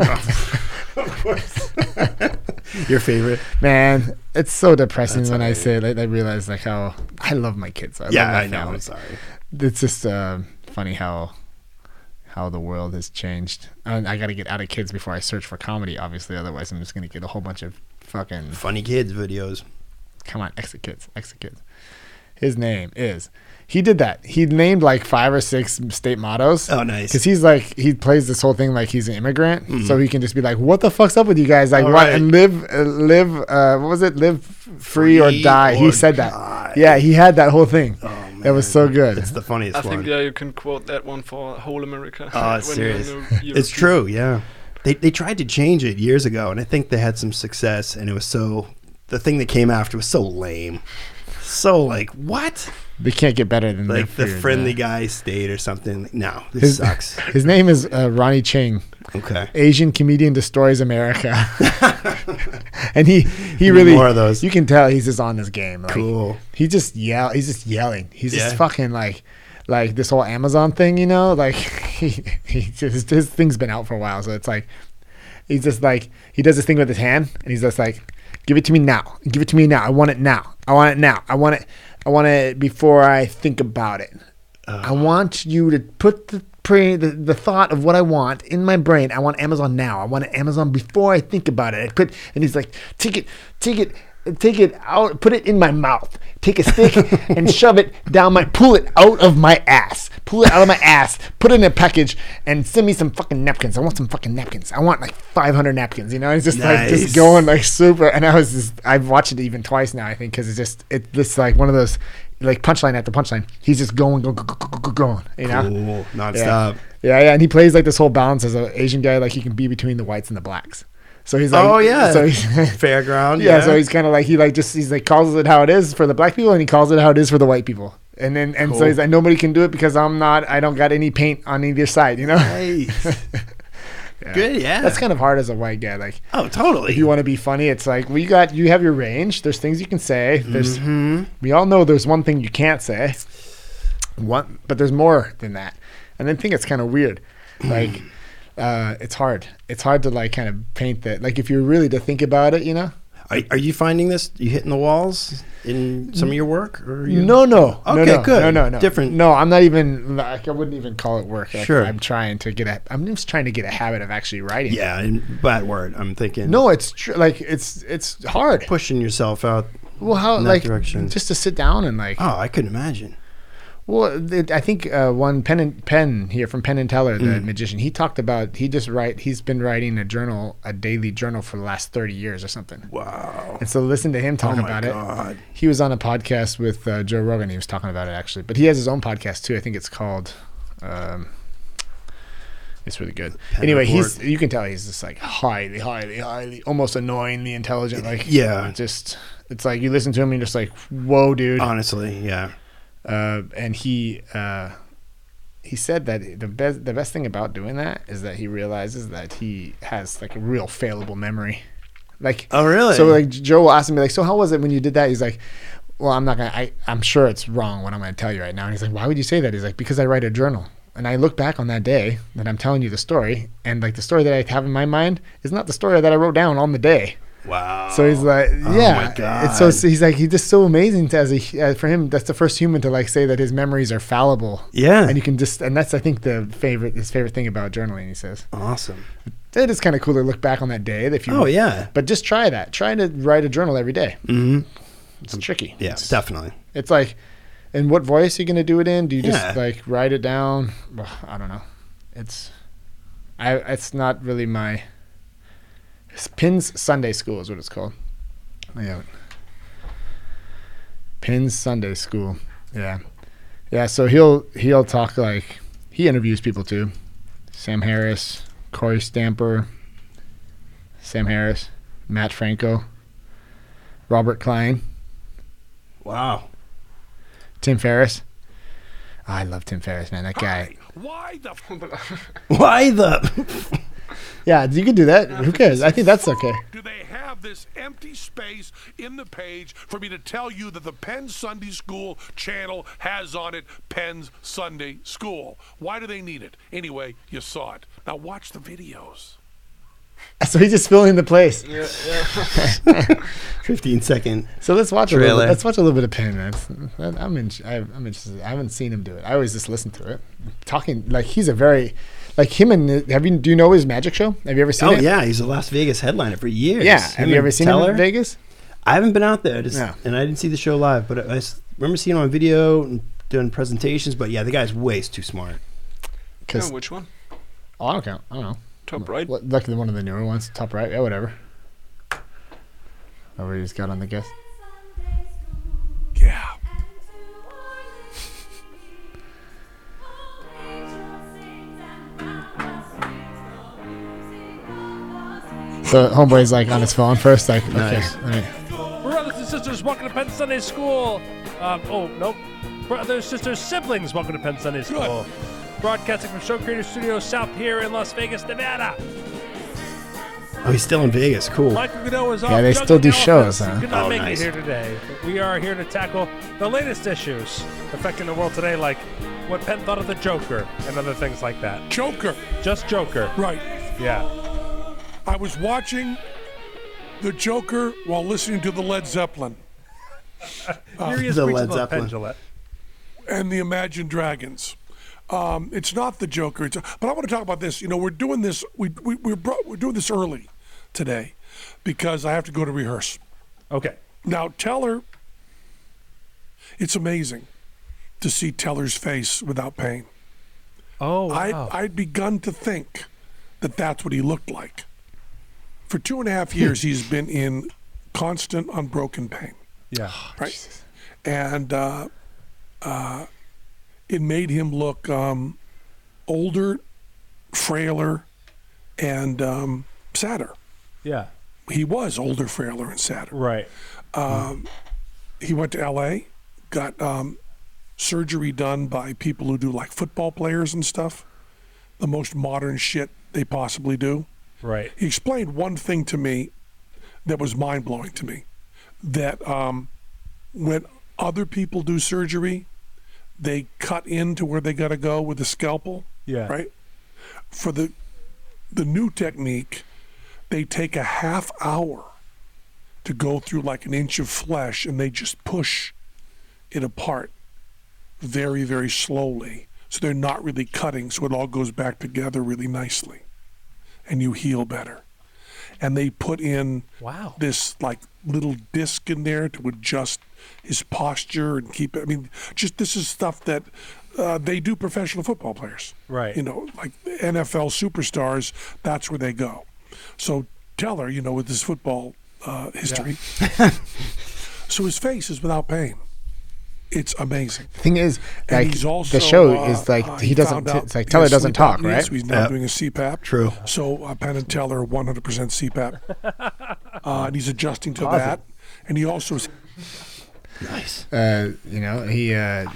Speaker 1: of course. Your favorite?
Speaker 2: Man, it's so depressing
Speaker 1: That's
Speaker 2: when I
Speaker 1: alright.
Speaker 2: say that. I realize like how I love my kids. I love
Speaker 1: yeah,
Speaker 2: my
Speaker 1: I know.
Speaker 2: family.
Speaker 1: I'm sorry.
Speaker 2: it's just uh, funny how how the world has changed. And I got to get out of kids before I search for comedy, obviously. Otherwise, I'm just gonna get a whole bunch of fucking
Speaker 1: Funny kids videos.
Speaker 2: come on, exit kids, exit kids. His name is. He did that. He named like five or six state mottos.
Speaker 1: Oh, nice. Mm-hmm.
Speaker 2: Because he's like he plays this whole thing like he's an immigrant, so he can just be like, "What the fuck's up with you guys?" Like,
Speaker 1: All
Speaker 2: what
Speaker 1: right.
Speaker 2: and live, uh, live. Uh, what was it? Live free, or
Speaker 1: Free
Speaker 2: die. he
Speaker 1: or
Speaker 2: said that.
Speaker 1: die.
Speaker 2: Yeah, he had that whole thing.
Speaker 1: Oh, man. man.
Speaker 2: That was so good.
Speaker 1: It's the funniest
Speaker 3: I think
Speaker 1: one.
Speaker 3: yeah, you can quote that one for whole America.
Speaker 1: Oh, it's
Speaker 3: when you're in
Speaker 1: serious.
Speaker 3: the
Speaker 1: It's
Speaker 3: European-
Speaker 1: true, yeah. They, they tried to change it years ago, and I think they had some success, and it was so. The thing that came after was so lame. So, like, what?
Speaker 2: They can't get better than
Speaker 1: Like,
Speaker 2: their
Speaker 1: the
Speaker 2: food,
Speaker 1: friendly
Speaker 2: yeah.
Speaker 1: guy stayed or something. Like, No, this
Speaker 2: His-
Speaker 1: sucks.
Speaker 2: His name is uh, Ronnie Ching,
Speaker 1: Okay.
Speaker 2: Asian comedian destroys America, and he he
Speaker 1: Need
Speaker 2: really
Speaker 1: more of those.
Speaker 2: You can tell he's just on this game. Like,
Speaker 1: Cool.
Speaker 2: He just yell. He's just yelling. He's
Speaker 1: Yeah.
Speaker 2: just fucking like, like this whole Amazon thing, you know. Like he, he just, his thing's been out for a while, so it's like, he's just like he does this thing with his hand, and he's just like, give it to me now, give it to me now. I want it now. I want it now. I want it. I want it before I think about it. I want you to put the pre the, the thought of what I want in my brain. I want Amazon now. I want it Amazon before I think about it. I put and he's like, take it, take it, take it out, put it in my mouth. Take a stick and shove it down my pull it out of my ass. Pull it out of my ass. Put it in a package and send me some fucking napkins. I want some fucking napkins. I want like five hundred napkins. You know, it's just like
Speaker 1: Nice.
Speaker 2: just going like super. And I was just I've watched it even twice now. I think because it's just it this like one of those like punchline after punchline. He's just going going going, going, going, going you know.
Speaker 1: Cool.
Speaker 2: Yeah.
Speaker 1: Nonstop.
Speaker 2: Yeah, yeah, and he plays like this whole balance as an Asian guy. Like he can be between the whites and the blacks. So he's like,
Speaker 1: Oh, yeah.
Speaker 2: So he's,
Speaker 1: Fairground.
Speaker 2: yeah, so he's kind of like he like just he's like calls it how it is for the black people, and he calls it how it is for the white people. And then and so
Speaker 1: Cool.
Speaker 2: he's like nobody can do it because I'm not I don't got any paint on either side. You know.
Speaker 1: Nice. Good, yeah.
Speaker 2: That's kind of hard as a white guy. Like,
Speaker 1: oh, totally.
Speaker 2: if you want to be funny, it's like, well, you got, you have your range. There's things you can say. There's,
Speaker 1: Mm-hmm.
Speaker 2: we all know there's one thing you can't say. One, but there's more than that. And I think it's kind of weird. Like,
Speaker 1: Mm.
Speaker 2: uh, it's hard. It's hard to like kind of paint that. Like, if you're really to think about it, you know.
Speaker 1: Are, are you finding this? You hitting the walls in some of your work? Or are you,
Speaker 2: No, no, no,
Speaker 1: Okay,
Speaker 2: no,
Speaker 1: good.
Speaker 2: No, no, no,
Speaker 1: Different.
Speaker 2: No, I'm not even. Like, I wouldn't even call it work. Like,
Speaker 1: Sure.
Speaker 2: I'm trying to get a. I'm just trying to get a habit of actually writing.
Speaker 1: Yeah, in bad word. I'm thinking.
Speaker 2: No, it's tr- like it's it's hard.
Speaker 1: Pushing yourself out.
Speaker 2: Well, how
Speaker 1: in that
Speaker 2: like
Speaker 1: direction.
Speaker 2: just to sit down and like
Speaker 1: Oh, I couldn't imagine.
Speaker 2: Well, th- I think uh, one Penn and Penn here from Penn and Teller, the
Speaker 1: Mm.
Speaker 2: magician, he talked about he just write he's been writing a journal, a daily journal for the last thirty years or something.
Speaker 1: Wow.
Speaker 2: And so listen to him talk
Speaker 1: Oh my
Speaker 2: about
Speaker 1: God.
Speaker 2: it. He was on a podcast with uh, Joe Rogan. He was talking about it actually, but he has his own podcast too. I think it's called. Um, it's really good.
Speaker 1: Penn
Speaker 2: anyway,
Speaker 1: Report.
Speaker 2: he's you can tell he's just like highly, highly, highly, almost annoyingly intelligent. Like
Speaker 1: Yeah.
Speaker 2: just it's like you listen to him and you're just like, whoa, dude
Speaker 1: Honestly, yeah.
Speaker 2: uh, and he uh, he said that the best the best thing about doing that is that he realizes that he has like a real failable memory. Like
Speaker 1: Oh, really?
Speaker 2: So like Joe will ask me like, so how was it when you did that? He's like, well, I'm not gonna. I I'm sure it's wrong what I'm gonna tell you right now. And he's like, why would you say that? He's like, because I write a journal. And I look back on that day that I'm telling you the story, and like the story that I have in my mind is not the story that I wrote down on the day.
Speaker 1: Wow.
Speaker 2: So he's like,
Speaker 1: Oh
Speaker 2: yeah.
Speaker 1: my God.
Speaker 2: It's so so he's like, he's just so amazing to, as a uh, for him. That's the first human to like say that his memories are fallible.
Speaker 1: Yeah.
Speaker 2: and you can just and that's I think the favorite his favorite thing about journaling. He says
Speaker 1: awesome.
Speaker 2: it is kind of cool to look back on that day that if you.
Speaker 1: Oh, yeah.
Speaker 2: But just try that. Try to write a journal every day.
Speaker 1: hmm
Speaker 2: It's tricky.
Speaker 1: Yeah,
Speaker 2: It's,
Speaker 1: definitely.
Speaker 2: it's like, in what voice you gonna do it in? Do you just
Speaker 1: Yeah.
Speaker 2: like write it down? Well, I don't know. It's, I it's not really my. It's Pins Sunday School is what it's called. Yeah. Pins Sunday School. Yeah. Yeah, so he'll he'll talk like he interviews people too. Sam Harris, Corey Stamper, Sam Harris, Matt Franco, Robert Klein,
Speaker 1: Wow.
Speaker 2: Tim Ferriss. I love Tim Ferriss, man. That guy.
Speaker 3: Why the? F-
Speaker 1: Why the?
Speaker 2: Yeah, you can do that. Who cares? I think that's okay.
Speaker 4: Do they have this empty space in the page for me to tell you that the Penn Sunday School channel has on it Penn's Sunday School? Why do they need it? Anyway, you saw it. Now watch the videos.
Speaker 2: So he's just filling the place.
Speaker 3: yeah, yeah.
Speaker 1: 15 second.
Speaker 2: So let's watch a little.
Speaker 1: Trailer.
Speaker 2: Bit, let's watch a little bit of Penn. That's, that, I'm in, I, I'm interested. I haven't seen him do it. I always just listen to it. Talking like he's a very, like him and have you do you know his magic show? Have you ever seen
Speaker 1: Oh,
Speaker 2: it?
Speaker 1: yeah. He's a Las Vegas headliner for years.
Speaker 2: Yeah.
Speaker 1: Him
Speaker 2: Have you
Speaker 1: and
Speaker 2: ever seen him
Speaker 1: Teller.
Speaker 2: in Vegas?
Speaker 1: I haven't been out there, just,
Speaker 2: No.
Speaker 1: and I didn't see the show live, but I, I s- remember seeing him on video and doing presentations. But yeah, the guy's way too smart.
Speaker 2: Because
Speaker 3: which one?
Speaker 2: oh, I don't count. I don't know.
Speaker 3: Top right.
Speaker 2: What, like the one of the newer ones, top right. Yeah, whatever. Oh, we just got on the guest.
Speaker 4: Yeah.
Speaker 2: So homeboy's like on his phone first, like okay,
Speaker 1: Nice.
Speaker 2: all right.
Speaker 5: Brothers and sisters, welcome to Penn Sunday School. Um, oh, nope. Brothers, sisters, siblings, welcome to Penn Sunday School. Broadcasting from Show Creator Studio South here in Las Vegas, Nevada.
Speaker 1: Oh, he's still in Vegas. Cool.
Speaker 5: Michael Godot is off.
Speaker 2: Yeah, they still do
Speaker 5: juggling
Speaker 2: shows,
Speaker 5: elephants.
Speaker 2: huh?
Speaker 5: Could not
Speaker 1: Oh,
Speaker 5: make
Speaker 1: nice.
Speaker 5: it here today. But we are here to tackle the latest issues affecting the world today, like what Penn thought of the Joker and other things like that.
Speaker 4: Joker.
Speaker 5: Just Joker.
Speaker 4: Right.
Speaker 5: Yeah.
Speaker 4: I was watching The Joker while listening to the Led Zeppelin
Speaker 5: Furious
Speaker 1: Oh, The
Speaker 5: Weeks
Speaker 1: Led
Speaker 5: above
Speaker 1: Zeppelin.
Speaker 5: Pendulum.
Speaker 4: and the Imagine Dragons. Um, it's not the Joker, it's, but I want to talk about this. You know, we're doing this. We we we're, brought, we're doing this early today because I have to go to rehearse.
Speaker 5: Okay.
Speaker 4: Now, Teller, it's amazing to see Teller's face without pain.
Speaker 5: Oh,
Speaker 4: I
Speaker 5: wow.
Speaker 4: I'd begun to think that that's what he looked like. For two and a half years, he's been in constant, unbroken pain.
Speaker 5: yeah.
Speaker 4: right? And uh, uh, it made him look um, older, frailer, and um, sadder.
Speaker 5: Yeah.
Speaker 4: He was older, frailer, and sadder.
Speaker 5: Right.
Speaker 4: He went to L.A., got um, surgery done by people who do like football players and stuff, the most modern shit they possibly do.
Speaker 5: Right.
Speaker 4: he explained one thing to me that was mind blowing to me that um, when other people do surgery, they cut into where they got to go with a scalpel.
Speaker 5: Yeah.
Speaker 4: Right? For the, the new technique, they take a half hour to go through like an inch of flesh and they just push it apart very, very slowly. So they're not really cutting, so it all goes back together really nicely and you heal better. And they put in
Speaker 5: Wow.
Speaker 4: this like little disc in there to adjust his posture and keep it. I mean, just this is stuff that uh, they do professional football players.
Speaker 5: Right.
Speaker 4: You know, like NFL superstars, that's where they go. So Teller, you know, with his football uh, history, so his face is without pain. It's amazing.
Speaker 2: Thing is,
Speaker 4: And
Speaker 2: like
Speaker 4: he's also,
Speaker 2: the show
Speaker 4: uh,
Speaker 2: is like
Speaker 4: uh,
Speaker 2: he doesn't
Speaker 4: found
Speaker 2: t-
Speaker 4: out
Speaker 2: it's like
Speaker 4: he
Speaker 2: Teller
Speaker 4: has
Speaker 2: doesn't
Speaker 4: sleep
Speaker 2: talk,
Speaker 4: apnea,
Speaker 2: right?
Speaker 4: So he's now
Speaker 1: Yep.
Speaker 4: doing a CPAP.
Speaker 1: True.
Speaker 4: So uh, Penn and Teller are 100% CPAP, uh, and he's adjusting to that. And he also is
Speaker 1: Nice.
Speaker 2: Uh, you know, he. Uh,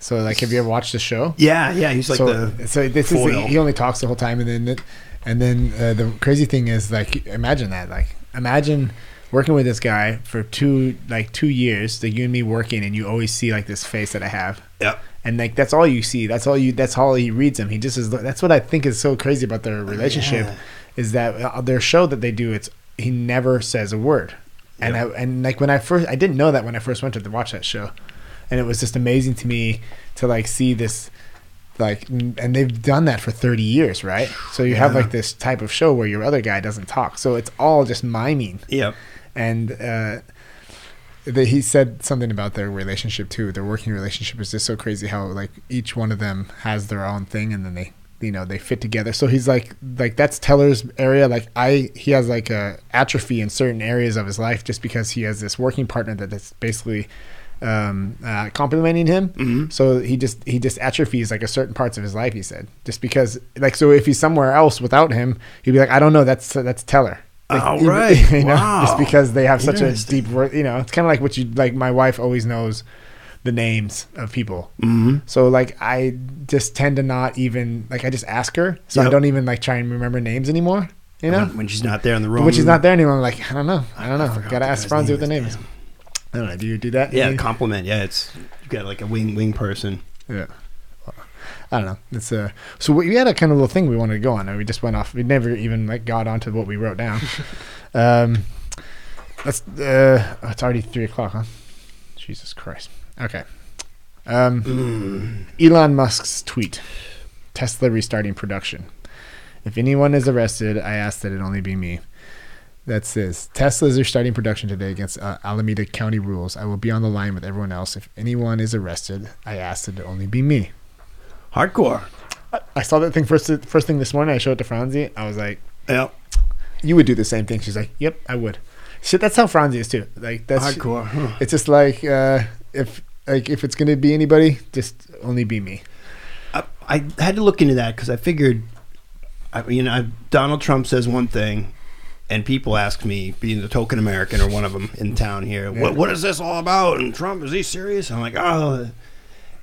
Speaker 2: so like, have you ever watched the show?
Speaker 1: Yeah, yeah. He's like
Speaker 2: so,
Speaker 1: the
Speaker 2: so this
Speaker 1: foil.
Speaker 2: is he only talks the whole time, and then and then uh, the crazy thing is like imagine that like imagine working with this guy for two like two years that you and me working, and you always see like this face that I have.
Speaker 1: Yep.
Speaker 2: And like that's all you see. That's all you. That's all he reads him. He just is. That's what I think is so crazy about their relationship,
Speaker 1: yeah.
Speaker 2: is that uh, their show that they do. It's he never says a word, and I and like when I first I didn't know that when I first went to watch that show, and it was just amazing to me to like see this like n- and they've done that for 30 years right so you have like this type of show where your other guy doesn't talk so it's all just miming
Speaker 1: Yep.
Speaker 2: and uh that he said something about their relationship too their working relationship is just so crazy how like each one of them has their own thing and then they you know they fit together so he's like like that's teller's area like i he has like a atrophy in certain areas of his life just because he has this working partner that that's basically um uh complimenting him
Speaker 1: Mm-hmm.
Speaker 2: so he just he just atrophies like a certain parts of his life he said just because like so if he's somewhere else without him he'd be like i don't know that's that's teller like,
Speaker 1: Oh,
Speaker 2: even-
Speaker 1: right.
Speaker 2: you know, Just
Speaker 1: Wow.
Speaker 2: because they have such a
Speaker 1: Interesting.
Speaker 2: deep, wor- you know, it's kind of like what you like. My wife always knows the names of people, mm-hmm. so like I just tend to not even like I just ask her, so I
Speaker 1: Yep.
Speaker 2: don't even like try and remember naves anymore. You know,
Speaker 1: When, when she's not there in the
Speaker 2: but
Speaker 1: room.
Speaker 2: when she's not there anymore, I'm like I don't know, I don't know.
Speaker 1: forgot
Speaker 2: Gotta
Speaker 1: the
Speaker 2: ask
Speaker 1: guy's
Speaker 2: Franzi
Speaker 1: name
Speaker 2: what the
Speaker 1: is,
Speaker 2: name is. I don't know. Do you do that?
Speaker 1: Yeah,
Speaker 2: You-
Speaker 1: compliment. Yeah, it's you got like a wing wing person.
Speaker 2: yeah. I don't know. It's uh, so we we had a kind of little thing we wanted to go on, and we just went off. We never even like got onto what we wrote down. um, let's. Uh, it's already three o'clock, huh? Jesus Christ. Okay. Um, Elon Musk's tweet: Tesla restarting production. If anyone is arrested, I ask that it only be me. That says Teslas are starting production today against uh, Alameda County rules. I will be on the line with everyone else. If anyone is arrested, I ask that it only be me.
Speaker 1: Hardcore.
Speaker 2: I saw that thing first first thing this morning. I showed it to Franzi. I was like,
Speaker 1: Yep.
Speaker 2: "You would do the same thing." She's like, "Yep, I would." Shit, that's how Franzi is too. Like that's
Speaker 1: Hardcore. huh.
Speaker 2: It's just like uh, if like if it's gonna be anybody, just only be me.
Speaker 1: I, I had to look into that because I figured, I mean, I, Donald Trump says one thing, and people ask me, being the token American or one of them in town here, what what is this all about? And Trump is he serious? I'm like, oh.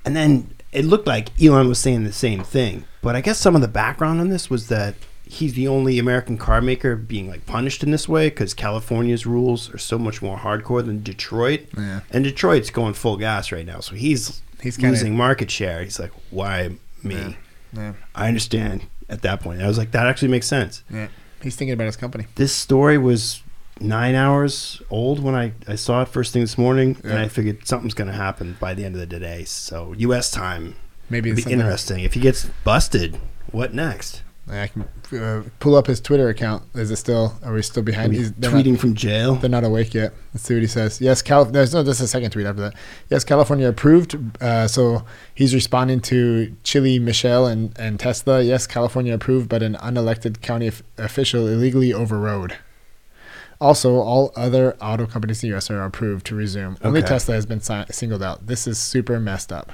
Speaker 1: And then it looked like Elon was saying the same thing, but I guess some of the background on this was that he's the only American car maker being like punished in this way because California's rules are so much more hardcore than Detroit.
Speaker 2: Yeah.
Speaker 1: And Detroit's going full gas right now, so he's
Speaker 2: He's
Speaker 1: he's
Speaker 2: kinda-
Speaker 1: losing market share. He's like, why me?
Speaker 2: Yeah.
Speaker 1: I understand at that point. I was like, that actually makes sense.
Speaker 2: Yeah. He's thinking about his company.
Speaker 1: This story was nine hours old when I, I saw it first thing this morning, and
Speaker 2: Yeah.
Speaker 1: I figured something's going to happen by the end of the day. So, U.S. time.
Speaker 2: Maybe
Speaker 1: It'd
Speaker 2: it's
Speaker 1: be
Speaker 2: something-
Speaker 1: interesting. If he gets busted, what next?
Speaker 2: I can uh, pull up his Twitter account. Is it still? Are we still behind?
Speaker 1: He's
Speaker 2: He's, they're
Speaker 1: tweeting
Speaker 2: Not,
Speaker 1: from jail.
Speaker 2: they're not awake yet. Let's see what he says. Yes, Cal. There's no. This is a second tweet after that. Yes, California approved. Uh, so he's responding to Chile, Michelle, and and Tesla. Yes, California approved, but an unelected county of- official illegally overrode. Also, all other auto companies in the U.S. are approved to resume. Only
Speaker 1: Okay.
Speaker 2: Tesla has been si- singled out. This is super messed up.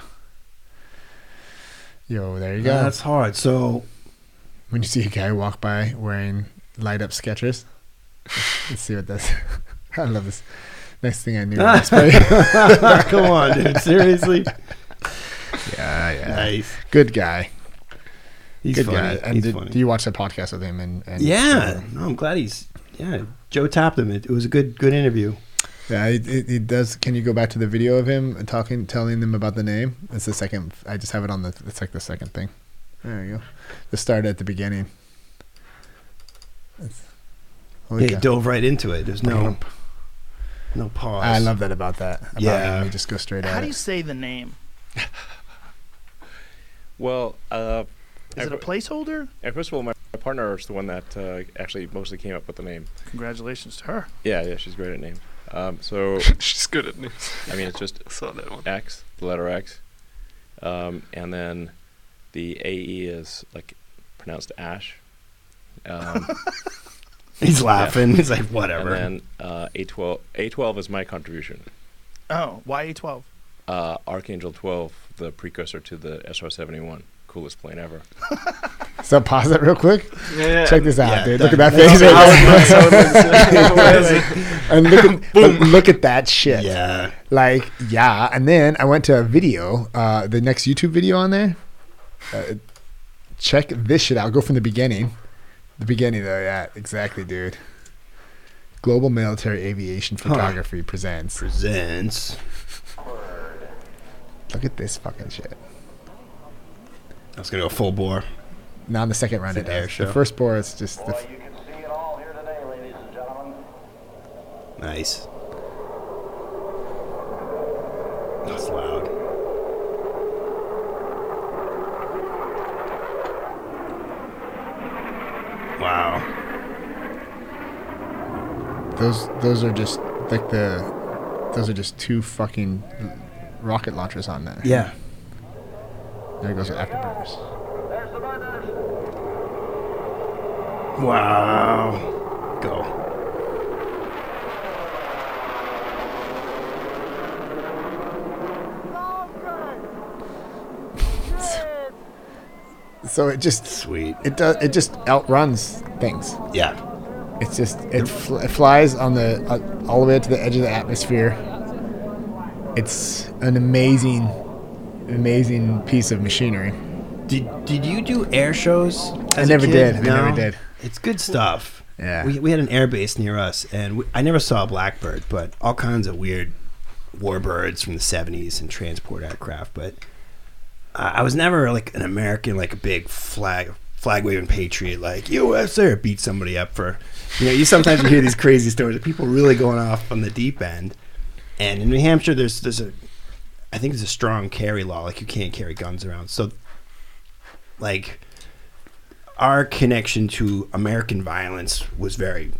Speaker 2: Yo, there you go.
Speaker 1: Yeah, that's hard. So,
Speaker 2: when you see a guy walk by wearing light up Skechers. Let's see what that's. I love this. Next thing I knew, I was probably-
Speaker 1: come on, dude. Seriously?
Speaker 2: yeah, yeah.
Speaker 1: Nice.
Speaker 2: Good guy.
Speaker 1: He's
Speaker 2: Good
Speaker 1: funny.
Speaker 2: guy. And
Speaker 1: He's
Speaker 2: did,
Speaker 1: funny.
Speaker 2: do you watch the podcast with him? And, and
Speaker 1: yeah. No, I'm glad he's. Yeah. Joe tapped him. It, it was a good good interview.
Speaker 2: yeah. He, he- he does. Can you go back to the video of him talking, telling them about the name? It's the second. I just have it on the. It's like the second thing. There you go. The start at the beginning. It's- holy
Speaker 1: Yeah, he
Speaker 2: cow.
Speaker 1: dove right into it. There's no no pause.
Speaker 2: I love that about that. About
Speaker 1: Yeah.
Speaker 2: him. We just go straight
Speaker 6: How
Speaker 2: at
Speaker 6: do you
Speaker 2: it.
Speaker 6: say the name?
Speaker 7: Well, uh,
Speaker 6: Is it a placeholder?
Speaker 7: and first of all, my my partner is the one that uh, actually mostly came up with the name.
Speaker 6: Congratulations to her.
Speaker 7: Yeah, yeah, she's great at names. Um, so,
Speaker 3: She's good at names.
Speaker 7: I mean, it's just
Speaker 3: I saw that one.
Speaker 7: X, the letter X, um, and then the AE is like pronounced Ash. Um,
Speaker 1: He's laughing. He's like, whatever.
Speaker 7: And then uh, A12, A12 is my contribution.
Speaker 6: Oh, YA12.
Speaker 7: Uh, Archangel 12, the precursor to the SR-71, coolest plane ever.
Speaker 2: So pause it real quick.
Speaker 3: Yeah, yeah.
Speaker 2: Check this out,
Speaker 1: Yeah,
Speaker 2: dude.
Speaker 1: that-
Speaker 2: Look at that
Speaker 1: that's
Speaker 2: face.
Speaker 1: how
Speaker 2: right
Speaker 1: it
Speaker 2: there.
Speaker 1: looks, how it looks.
Speaker 2: and look at, but look at that shit.
Speaker 1: yeah.
Speaker 2: Like, yeah. And then I went to a video, uh, the next YouTube video on there. Uh, check this shit out. Go from the beginning. The beginning, though. Yeah, exactly, dude. Global Military Aviation Photography presents.
Speaker 1: Presents.
Speaker 2: Look at this fucking shit.
Speaker 1: I was gonna go full bore.
Speaker 2: Now in the second round,
Speaker 1: It's
Speaker 2: it
Speaker 1: an air
Speaker 2: is. The
Speaker 1: show.
Speaker 2: first bore is just the.
Speaker 8: Well, you can see it all here today, ladies and gentlemen.
Speaker 1: Nice. That's loud. Wow.
Speaker 2: Those those are just like the those are just two fucking rocket launchers on there.
Speaker 1: Yeah.
Speaker 2: There goes the afterburners.
Speaker 8: There's the buttons.
Speaker 1: Wow. Go.
Speaker 2: So it just
Speaker 1: Sweet.
Speaker 2: it does it just outruns things.
Speaker 1: Yeah.
Speaker 2: It's just it, fl- it flies on the uh, all the way up to the edge of the atmosphere. It's an amazing, amazing piece of machinery.
Speaker 1: Did Did you do air shows? as a
Speaker 2: never
Speaker 1: kid?
Speaker 2: did. I never did.
Speaker 1: It's good stuff.
Speaker 2: Yeah.
Speaker 1: We we had an air base near us, and we, I never saw a blackbird, but all kinds of weird warbirds from the '70s and transport aircraft. But uh, I was never like an American, like a big flag flag waving patriot, like USA, or beat somebody up for. You know, you sometimes you hear these crazy stories of people really going off on the deep end. And in New Hampshire, there's there's a, I think there's a strong carry law, like you can't carry guns around. So, like, our connection to American violence was very,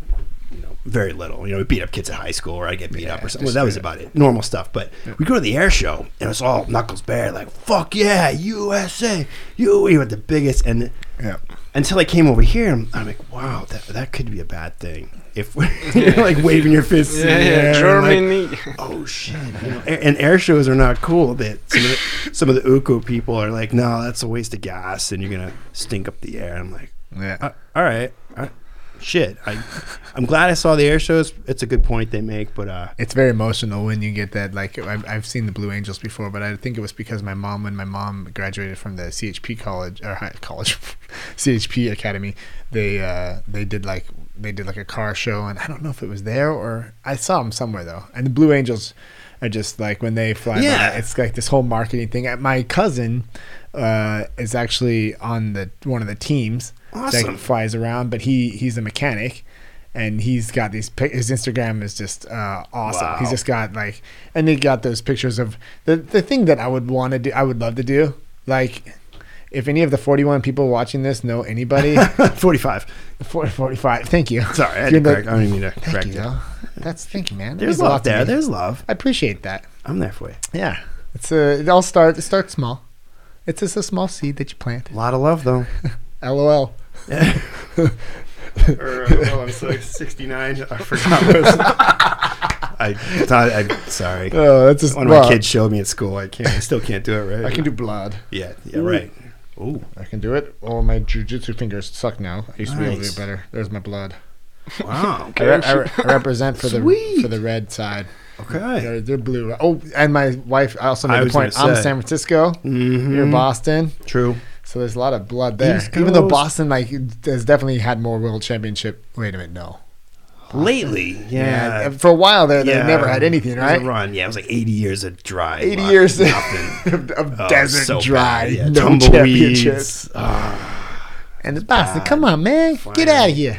Speaker 1: you know, very little. You know, we beat up kids at high school, or I get beat up, or something. Well, that was about it. Normal stuff. But we go to the air show, and it's all knuckles bare, like "fuck yeah, USA, you." We were the biggest, and
Speaker 2: Yeah.
Speaker 1: until I came over here, I'm, I'm like, wow, that that could be a bad thing. If we're like waving your fists, in
Speaker 3: Yeah,
Speaker 1: the
Speaker 3: yeah,
Speaker 1: air, and, like,
Speaker 3: Germany.
Speaker 1: oh shit you know, and, and air shows are not cool that some of the, some of the uco people are like no that's a waste of gas and you're gonna stink up the air i'm like
Speaker 2: Yeah.
Speaker 1: all right I, shit. I, I'm glad I saw the air shows. It's a good point they make, but uh,
Speaker 2: It's very emotional when you get that. Like I've, I've seen the Blue Angels before, but I think it was because my mom, when my mom graduated from the CHP college or high- college, CHP Academy, they uh, they did like they did like a car show, and I don't know if it was there or I saw them somewhere though. And the Blue Angels are just like when they fly,
Speaker 1: Yeah.
Speaker 2: by, it's like this whole marketing thing. Uh, My cousin uh, is actually on the one of the teams
Speaker 1: Awesome.
Speaker 2: that flies around, but he he's a mechanic. And he's got these. pic- His Instagram is just uh, awesome.
Speaker 1: Wow.
Speaker 2: He's just got like, and they got those pictures of the the thing that I would want to do. I would love to do. Like, if any of the forty one people watching this know anybody,
Speaker 1: 45.
Speaker 2: for- forty five. Thank you.
Speaker 1: Sorry, I, had
Speaker 2: You're
Speaker 1: to
Speaker 2: like-
Speaker 1: correct, I don't even mean to
Speaker 2: Thank
Speaker 1: correct
Speaker 2: you.
Speaker 1: you.
Speaker 2: though. That's thank you, man. That
Speaker 1: There's
Speaker 2: means a lot
Speaker 1: love
Speaker 2: to
Speaker 1: there.
Speaker 2: me.
Speaker 1: There's love.
Speaker 2: I appreciate that.
Speaker 1: I'm there for you.
Speaker 2: Yeah, it's a. It all starts. It starts small. It's just a small seed that you plant.
Speaker 1: A lot of love, though.
Speaker 2: LOL.
Speaker 1: or, uh, well, I'm so 69. I forgot. What I, was- I thought. I sorry.
Speaker 2: Oh, that's just
Speaker 1: One of my kids showed me at school. I can't. I still can't do it right.
Speaker 2: I can do blood.
Speaker 1: Yeah. Yeah. Right. Ooh.
Speaker 2: I can do it. Oh, my jujitsu fingers suck now. I used to be able to
Speaker 1: Nice.
Speaker 2: do it better. There's my blood.
Speaker 1: Wow.
Speaker 2: I, re- I, re- I represent for the
Speaker 1: Sweet.
Speaker 2: for the red side.
Speaker 1: Okay.
Speaker 2: They're, they're blue. Oh, and my wife I also made
Speaker 1: I
Speaker 2: the
Speaker 1: was
Speaker 2: point.
Speaker 1: gonna
Speaker 2: I'm
Speaker 1: say.
Speaker 2: San Francisco. You're
Speaker 1: Mhm.
Speaker 2: Boston.
Speaker 1: True.
Speaker 2: So there's a lot of blood there.
Speaker 1: East
Speaker 2: Even though
Speaker 1: Coast.
Speaker 2: Boston like has definitely had more world championship. Wait a minute, no.
Speaker 1: Lately. Yeah.
Speaker 2: and for a while there,
Speaker 1: yeah.
Speaker 2: they never had anything,
Speaker 1: It was a
Speaker 2: right?
Speaker 1: run. Yeah. It was like 80 years of dry.
Speaker 2: 80
Speaker 1: luck,
Speaker 2: years
Speaker 1: Nothing.
Speaker 2: of, of
Speaker 1: Oh,
Speaker 2: desert
Speaker 1: so
Speaker 2: dry,
Speaker 1: bad. Yeah,
Speaker 2: no championships.
Speaker 1: tumbleweeds. Ah,
Speaker 2: And it's Boston. Come on, man, get
Speaker 1: Fine.
Speaker 2: out of here.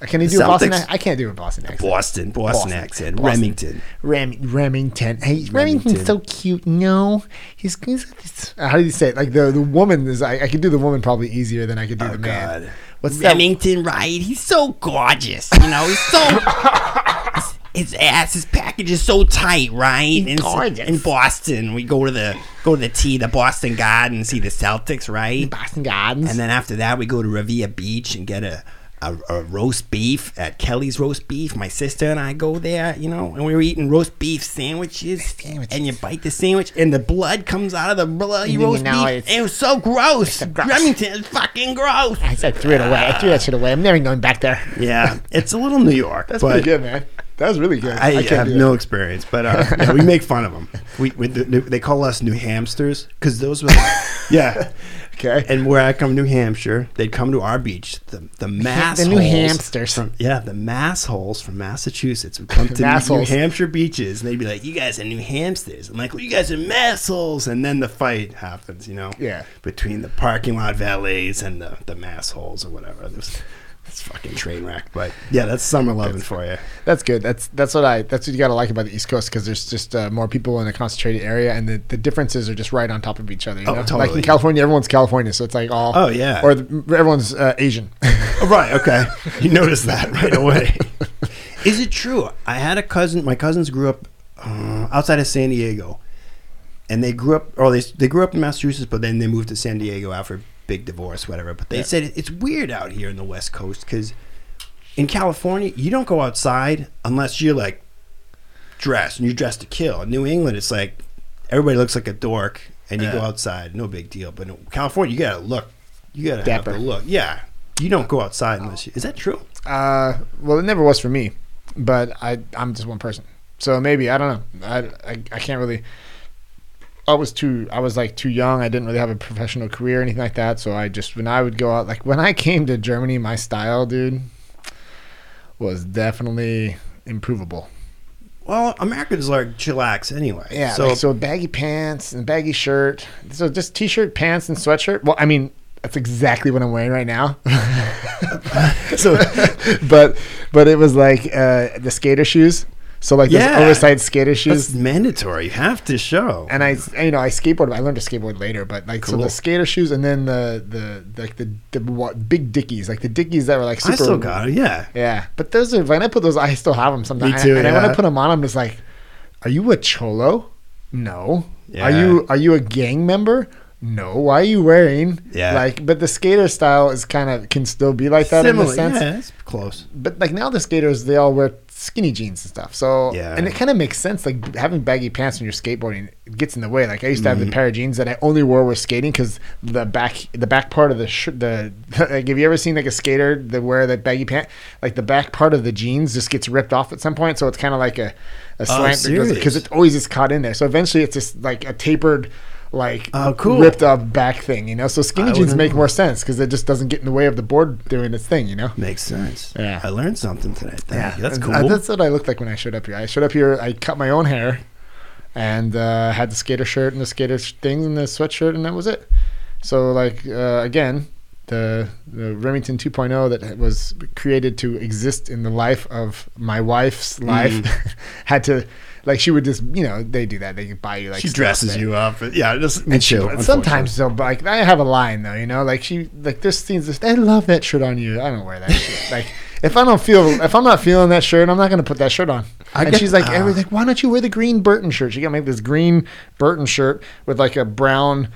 Speaker 2: Can he do a Boston?
Speaker 1: Celtics-
Speaker 2: ac- I can't do a Boston accent.
Speaker 1: Boston, Boston
Speaker 2: Boston,
Speaker 1: accent,
Speaker 2: Boston.
Speaker 1: Remington.
Speaker 2: Ram- Remington. Hey,
Speaker 1: Remington.
Speaker 2: Remington's so cute. No, he's, he's got this- uh, how do you say it? Like the the woman is. I, I could do the woman probably easier than I could do the man.
Speaker 1: Oh, God.
Speaker 2: What's
Speaker 9: Remington Wright. He's so gorgeous. You know, he's so. His his ass, his package is so tight, right? In,
Speaker 2: gorgeous.
Speaker 9: in Boston, we go to the go to the T, the Boston Garden, and see the Celtics, right?
Speaker 2: that? Boston Gardens.
Speaker 9: And then after that, we go to Revere Beach and get a, a, a roast beef at Kelly's Roast Beef. My sister and I go there, you know, and we were eating roast beef sandwiches.
Speaker 2: Sandwiches.
Speaker 9: And you bite the sandwich, and the blood comes out of the bloody
Speaker 2: And you
Speaker 9: roast
Speaker 2: know
Speaker 9: beef.
Speaker 2: it's-
Speaker 9: It was so gross.
Speaker 2: gross.
Speaker 9: Remington is fucking gross.
Speaker 2: I said threw it away. I threw that shit away. I'm never going back there.
Speaker 1: Yeah, it's a little New York.
Speaker 2: That's
Speaker 1: but
Speaker 2: pretty good, man. That was really good.
Speaker 1: I,
Speaker 2: can't
Speaker 1: have
Speaker 2: do that.
Speaker 1: no experience, but uh, yeah, we make fun of them. We, we they call us New Hamsters because those were, yeah.
Speaker 2: Okay.
Speaker 1: And where I come, New Hampshire, they'd come to our beach. The the mass
Speaker 2: the New
Speaker 1: holes
Speaker 2: Hamsters.
Speaker 1: from yeah the mass holes from Massachusetts would come to New, New
Speaker 2: Massholes.
Speaker 1: Hampshire beaches and they'd be like, "You guys are New Hamsters." I'm like, "Well, you guys are mass holes," and then the fight happens, you know?
Speaker 2: Yeah.
Speaker 1: Between the parking lot valets and the the mass holes or whatever. It was, it's fucking train wreck, but yeah, that's summer loving for you.
Speaker 2: That's good. That's that's what I that's what you gotta like about the East Coast because there's just uh, more people in a concentrated area and the, the differences are just right on top of each other. You
Speaker 1: Oh,
Speaker 2: know? Like
Speaker 1: totally.
Speaker 2: in California, everyone's California, so it's like all
Speaker 1: Oh, yeah.
Speaker 2: or the, everyone's uh, Asian.
Speaker 1: Oh, right. Okay. You noticed that right away. Is it true? I had a cousin. My cousins grew up uh, outside of San Diego, and they grew up, or they they grew up in Massachusetts, but then they moved to San Diego after a big divorce, whatever. But they said it- it's weird out here in the West Coast because in California you don't go outside unless you're like dressed and you're dressed to kill. In New England, it's like everybody looks like a dork, and you go outside, no big deal. But in California, you gotta look. You gotta
Speaker 2: Dapper.
Speaker 1: have to look. Yeah. You don't go outside unless you. Is that true?
Speaker 2: Uh, well, it never was for me, but I I'm just one person, so maybe I don't know. I I, I can't really. I was too. I was like too young. I didn't really have a professional career or anything like that. So I just when I would go out, like when I came to Germany, my style, dude, was definitely improvable.
Speaker 1: Well, Americans like chillax anyway.
Speaker 2: Yeah.
Speaker 1: So,
Speaker 2: So so baggy pants and baggy shirt. So just t-shirt, pants, and sweatshirt. Well, I mean. That's exactly what I'm wearing right now. so, but but it was like uh, the skater shoes. So like
Speaker 1: Yeah.
Speaker 2: those oversized skater
Speaker 1: that's
Speaker 2: shoes.
Speaker 1: mandatory. You have to show.
Speaker 2: And I, you know, I skateboarded. I learned to skateboard later, but like so
Speaker 1: Cool.
Speaker 2: the skater shoes, and then the the like the, the what, big dickies, like the dickies that were like super.
Speaker 1: I still got it. Yeah.
Speaker 2: Yeah, but those are when I put those, I still have them sometimes.
Speaker 1: Me too,
Speaker 2: And I, when
Speaker 1: yeah.
Speaker 2: I put them on, I'm just like, "Are you a cholo? No.
Speaker 1: Yeah.
Speaker 2: Are you are you a gang member? No. Why are you wearing?
Speaker 1: Yeah.
Speaker 2: Like, but the skater style is kind of can still be like that in a
Speaker 1: Similar.
Speaker 2: sense.
Speaker 1: Yeah, it's close.
Speaker 2: But like now the skaters, they all wear skinny jeans and stuff. So
Speaker 1: Yeah.
Speaker 2: and it kind of makes sense. Like having baggy pants when you're skateboarding it gets in the way. Like I used to have
Speaker 1: Mm-hmm.
Speaker 2: the pair of jeans that I only wore with skating because the back the back part of the sh- the like have you ever seen like a skater that wear that baggy pant like the back part of the jeans just gets ripped off at some point. So it's kind of like a a slant because
Speaker 1: Oh, serious?
Speaker 2: it always is caught in there. So eventually it's just like a tapered. Like
Speaker 1: Oh, cool.
Speaker 2: ripped up back thing, you know. So skinny
Speaker 1: I
Speaker 2: jeans
Speaker 1: wouldn't-
Speaker 2: make more sense because it just doesn't get in the way of the board doing its thing, you know.
Speaker 1: Makes sense.
Speaker 2: Yeah.
Speaker 1: I learned something today. Thank you. That's
Speaker 2: And
Speaker 1: cool.
Speaker 2: I- uh, that's what I looked like when I showed up here. I showed up here. I cut my own hair, and uh, had the skater shirt and the skater sh- thing and the sweatshirt, and that was it. So like uh, again, the the Remington 2.0 that was created to exist in the life of my wife's
Speaker 1: Mm.
Speaker 2: life had to. Like she would just, you know, they do that. They buy you like
Speaker 1: she
Speaker 2: stuff
Speaker 1: dresses
Speaker 2: that-
Speaker 1: you up. Yeah, just
Speaker 2: and she,
Speaker 1: chill,
Speaker 2: but sometimes they'll like I have a line though, you know, like she like there's things that I love that shirt on you. I don't wear that shit. Like if I don't feel if I'm not feeling that shirt, I'm not gonna put that shirt on. and
Speaker 1: get-
Speaker 2: she's like, every- like, why don't you wear the green Burton shirt? She got me this green Burton shirt with like a brown.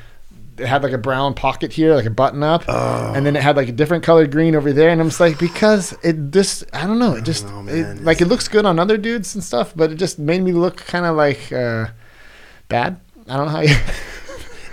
Speaker 2: It had like a brown pocket here, like a button up,
Speaker 1: Oh.
Speaker 2: and then it had like a different colored green over there. And I'm just like, because it just, I don't know, it just,
Speaker 1: know,
Speaker 2: it-
Speaker 1: man.
Speaker 2: like it looks good on other dudes and stuff, but it just made me look kind of like uh, bad. I don't know how you.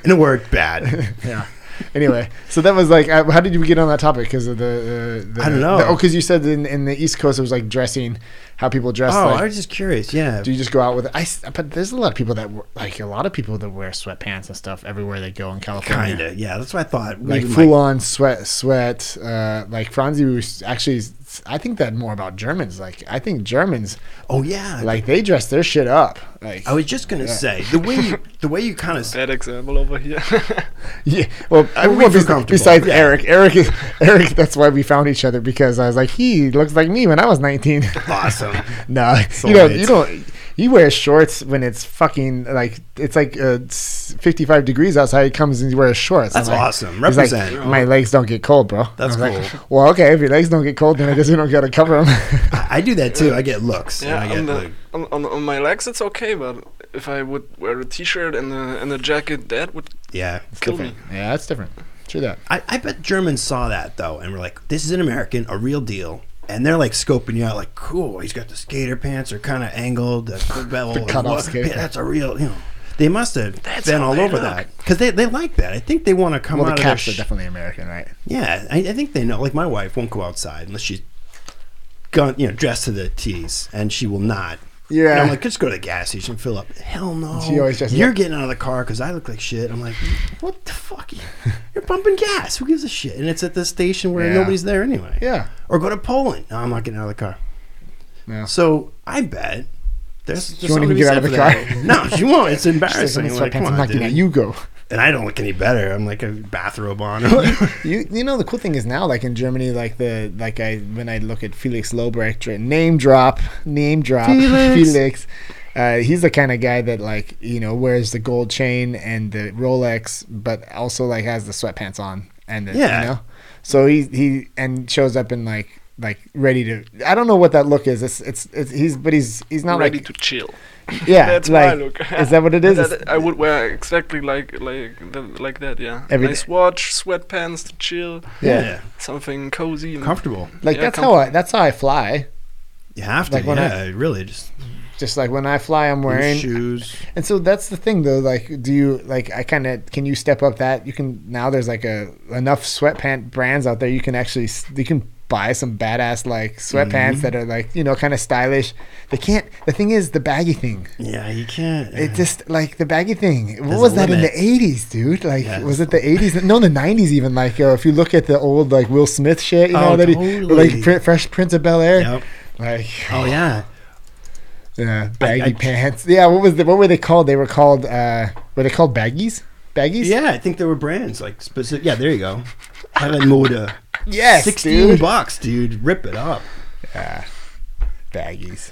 Speaker 1: And it worked bad. Oh,
Speaker 2: Yeah. Anyway, so that was like, uh, how did you get on that topic? Because of the, uh, the
Speaker 1: I don't know.
Speaker 2: the- oh, because you said in, in the East Coast it was like dressing, how people dress.
Speaker 1: oh,
Speaker 2: like,
Speaker 1: I was just curious. Yeah.
Speaker 2: do you just go out with? I s- but there's a lot of people that w- like a lot of people that wear sweatpants and stuff everywhere they go in California.
Speaker 1: Kinda. Yeah. That's what I thought.
Speaker 2: Like
Speaker 1: Maybe
Speaker 2: full on sweat, sweat. Uh, like Franzi was actually, I think that more about Germans. Like I think Germans,
Speaker 1: Oh yeah. Like
Speaker 2: like they dress their shit up. Like
Speaker 1: I was just gonna say the way you, the way you kind of
Speaker 3: Bad example over here.
Speaker 2: Yeah. Well, I
Speaker 1: we
Speaker 2: well,
Speaker 1: feel
Speaker 2: bes-
Speaker 1: comfortable.
Speaker 2: besides
Speaker 1: Yeah.
Speaker 2: Eric, Eric, is- Eric. That's why we found each other because I was like, he looks like me when I was nineteen.
Speaker 1: awesome.
Speaker 2: no, you don't. You don't. You wear shorts when it's fucking like it's like uh, s- fifty-five degrees outside. He comes and you wear shorts.
Speaker 1: That's
Speaker 2: I'm like-
Speaker 1: awesome.
Speaker 2: he's like,
Speaker 1: Represent. Oh.
Speaker 2: My legs don't get cold, bro.
Speaker 1: That's
Speaker 2: I was
Speaker 1: cool.
Speaker 2: well, okay. If your legs don't get cold, then I guess we don't gotta cover them.
Speaker 1: I, I do that too. I get looks.
Speaker 3: yeah,
Speaker 1: and I get
Speaker 3: on, the,
Speaker 1: like,
Speaker 3: on, on, on my legs it's okay, but if I would wear a t-shirt and a, and a jacket, that would
Speaker 1: yeah.
Speaker 3: kill me.
Speaker 2: yeah, that's different. True that.
Speaker 1: I, I bet Germans saw that though and were like, "This is an American, a real deal." And they're like scoping you out, like, "Cool, he's got the skater pants are kind of angled, the foot bevel, and
Speaker 2: cut-off
Speaker 1: what-
Speaker 2: skater
Speaker 1: yeah, That's a real, you know." They must have been all over that. 'Cause that because they, they like that. I think they want to come
Speaker 2: Well,
Speaker 1: out
Speaker 2: the
Speaker 1: of their
Speaker 2: caps are
Speaker 1: sh-
Speaker 2: definitely American, right?
Speaker 1: yeah. I, I think they know. Like my wife won't go outside unless she's gone, you know, dressed to the T's, and she will not.
Speaker 2: Yeah.
Speaker 1: And I'm like, just go to the gas station, and fill up. Hell no.
Speaker 2: She always dresses
Speaker 1: You're
Speaker 2: up.
Speaker 1: getting out of the car because I look like shit. I'm like, what the fuck? You're pumping gas. Who gives a shit? And it's at the station where
Speaker 2: Yeah.
Speaker 1: nobody's there anyway.
Speaker 2: Yeah.
Speaker 1: Or go to Poland. No, I'm not getting out of the car.
Speaker 2: No.
Speaker 1: So I bet there's
Speaker 2: She won't even get out of the car.
Speaker 1: no, she won't. It's
Speaker 2: She's
Speaker 1: embarrassing.
Speaker 2: like,
Speaker 1: Like,
Speaker 2: sweatpants.
Speaker 1: come
Speaker 2: I'm
Speaker 1: on,
Speaker 2: not getting out.
Speaker 1: dude.
Speaker 2: You go.
Speaker 1: and I don't look any better. I'm like a bathrobe on. or whatever.
Speaker 2: You you know the cool thing is now like in Germany like the like I when I look at Felix Lobrecht dr- name drop name drop
Speaker 1: Felix.
Speaker 2: Felix uh, he's the kind of guy that like you know wears the gold chain and the Rolex but also like has the sweatpants on and the,
Speaker 1: Yeah.
Speaker 2: you know so he he and shows up in like like ready to I don't know what that look is it's it's, it's he's but he's he's not
Speaker 3: Ready
Speaker 2: like
Speaker 3: to chill.
Speaker 2: yeah
Speaker 3: That's
Speaker 2: like
Speaker 3: my look.
Speaker 2: is that what it is
Speaker 3: That- I would wear exactly like like th- like that. Yeah.
Speaker 2: Every
Speaker 3: nice
Speaker 2: day.
Speaker 3: watch, sweatpants to chill,
Speaker 2: yeah.
Speaker 1: yeah.
Speaker 3: something cozy. and-
Speaker 1: Comfortable.
Speaker 2: like
Speaker 3: Yeah,
Speaker 2: that's
Speaker 3: come-
Speaker 2: how I that's how I fly
Speaker 1: You have to.
Speaker 2: Like when
Speaker 1: yeah, really. Just
Speaker 2: just like when I fly I'm wearing
Speaker 1: shoes.
Speaker 2: And so that's the thing, though. Like, do you like? I kind of can you step up that you can now. There's like a enough sweatpant brands out there. You can actually s- you can buy some badass like sweatpants
Speaker 1: Mm-hmm.
Speaker 2: that are like you know kind of stylish. They can't. The thing is the baggy thing.
Speaker 1: Yeah, you can't.
Speaker 2: It just like the baggy thing. What
Speaker 1: There's
Speaker 2: was
Speaker 1: a
Speaker 2: that in the
Speaker 1: limit.
Speaker 2: '80s, dude? Like,
Speaker 1: Yeah.
Speaker 2: was it the '80s? No, the '90s even. Like, uh, if you look at the old like Will Smith shit, you know,
Speaker 1: Oh,
Speaker 2: that he,
Speaker 1: totally.
Speaker 2: like Pr- Fresh Prince of Bel Air,
Speaker 1: Yep.
Speaker 2: like
Speaker 1: Oh yeah.
Speaker 2: yeah, Uh, baggy
Speaker 1: I-
Speaker 2: pants. Yeah, what was the, what were they called? They were called uh were they called baggies? Baggies?
Speaker 1: Yeah, I think there were brands like specific. Yeah, there you go. Having Moda.
Speaker 2: Yes,
Speaker 1: Sixteen
Speaker 2: dude.
Speaker 1: bucks, dude. Rip it up.
Speaker 2: Baggies.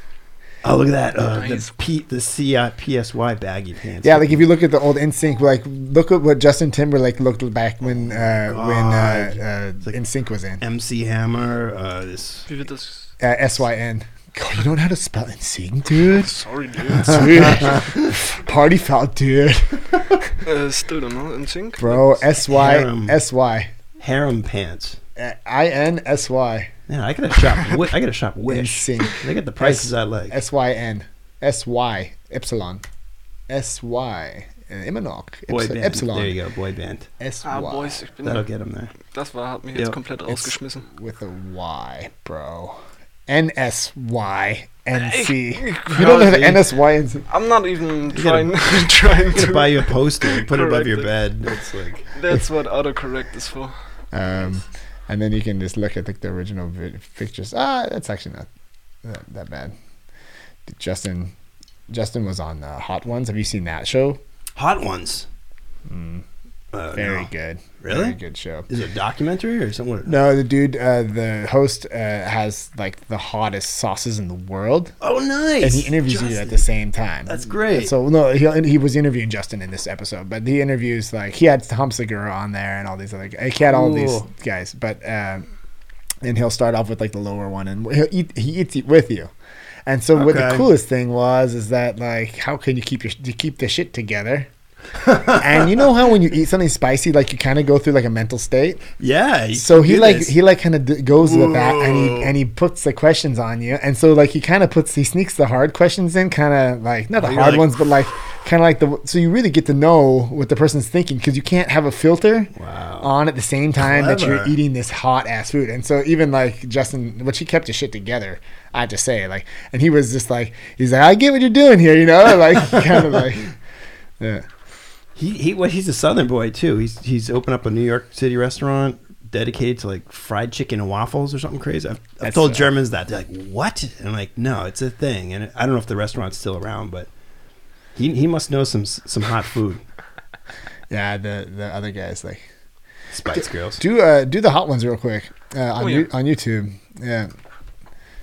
Speaker 1: Oh look at that. Uh,
Speaker 3: Nice.
Speaker 1: The P the C I P S Y baggy pants.
Speaker 2: Yeah, like if you look at the old NSYNC, like look at what Justin Timberlake looked back when uh when
Speaker 1: God.
Speaker 2: uh, uh
Speaker 1: Ah, like-
Speaker 2: NSYNC was in. Uh,
Speaker 1: MC Hammer. Uh, this.
Speaker 3: Wie wird das-
Speaker 2: SYN. God, you don't know how to spell NSYNC, dude.
Speaker 3: Sorry, dude.
Speaker 2: Dude. Party foul, dude.
Speaker 3: uh, still don't know. In sync.
Speaker 2: Bro, S Y
Speaker 1: harem.
Speaker 2: S Y
Speaker 1: Harem pants.
Speaker 2: I N S Y.
Speaker 1: Yeah, I gotta shop. Wi- I gotta shop Wish.
Speaker 2: sync.
Speaker 1: They get the prices I like.
Speaker 2: S Y N, S Y Epsilon, S Y Imanok
Speaker 1: Boy
Speaker 2: Epsi-
Speaker 1: band. There
Speaker 2: Epsilon
Speaker 1: you go, boy band.
Speaker 2: S
Speaker 3: Ah,
Speaker 2: Y
Speaker 3: Boys, ich bin.
Speaker 1: That'll get them there.
Speaker 3: Das war, hat mich jetzt
Speaker 1: Ja.
Speaker 3: komplett ausgeschmissen.
Speaker 2: with a Y, bro. N S Y N C.
Speaker 3: Ey,
Speaker 2: You don't know the
Speaker 3: Gott,
Speaker 2: N S Y N C.
Speaker 3: I'm not even
Speaker 1: gotta-
Speaker 3: trying, trying
Speaker 1: You
Speaker 3: to.
Speaker 1: could buy you a poster and put it above your
Speaker 3: Correct.
Speaker 1: bed. It's like
Speaker 3: That's what autocorrect is for.
Speaker 2: Um, and then you can just look at like the original vi- pictures. Ah, that's actually not that, that bad. Justin, Justin was on uh, Hot Ones. Have you seen that show?
Speaker 1: hot ones. Uh,
Speaker 2: Mm. Very
Speaker 1: no.
Speaker 2: good.
Speaker 1: Really?
Speaker 2: Very good show.
Speaker 1: Is it a documentary or something?
Speaker 2: No, the dude, uh, the host uh, has like the hottest sauces in the world,
Speaker 1: Oh, nice.
Speaker 2: and he interviews you at the same time.
Speaker 1: That's great.
Speaker 2: So no, he and he was interviewing Justin in this episode, but he interviews like he had Humsiger on there and all these other. guys. He had all these
Speaker 1: Cool.
Speaker 2: guys, but um, and he'll start off with like the lower one, and he'll eat, he eats it with you. And so, what the
Speaker 1: Okay.
Speaker 2: coolest thing was is that like, how can you keep your you keep the shit together? and you know how when you eat something spicy, like you kind of go through like a mental state.
Speaker 1: yeah. you
Speaker 2: So
Speaker 1: can
Speaker 2: he
Speaker 1: do
Speaker 2: like
Speaker 1: this.
Speaker 2: he like kind of d- goes with that, and
Speaker 1: Whoa.
Speaker 2: he and he puts the questions on you, and so like he kind of puts he sneaks the hard questions in, kind of like not the
Speaker 1: you're
Speaker 2: hard
Speaker 1: like-
Speaker 2: ones, but like kind of like the so you really get to know what the person's thinking because you can't have a filter
Speaker 1: Wow.
Speaker 2: on at the same time that you're
Speaker 1: Clever.
Speaker 2: eating this hot ass food, and so even like Justin, which he kept his shit together, I have to say, like, and he was just like he's like I get what you're doing here, you know, like kind of like yeah.
Speaker 1: He he well, he's a southern boy too. He's he's opened up a New York City restaurant dedicated to like fried chicken and waffles or something crazy. I've, I've
Speaker 2: That's
Speaker 1: told
Speaker 2: a-
Speaker 1: Germans that they're like, "What?" And I'm like, "No, it's a thing." And I don't know if the restaurant's still around, but he he must know some some hot food.
Speaker 2: Yeah, the the other guys like
Speaker 1: Spice Girls.
Speaker 2: Do uh, do the hot ones real quick uh, on
Speaker 3: Oh,
Speaker 2: you
Speaker 3: yeah.
Speaker 2: on YouTube. Yeah, that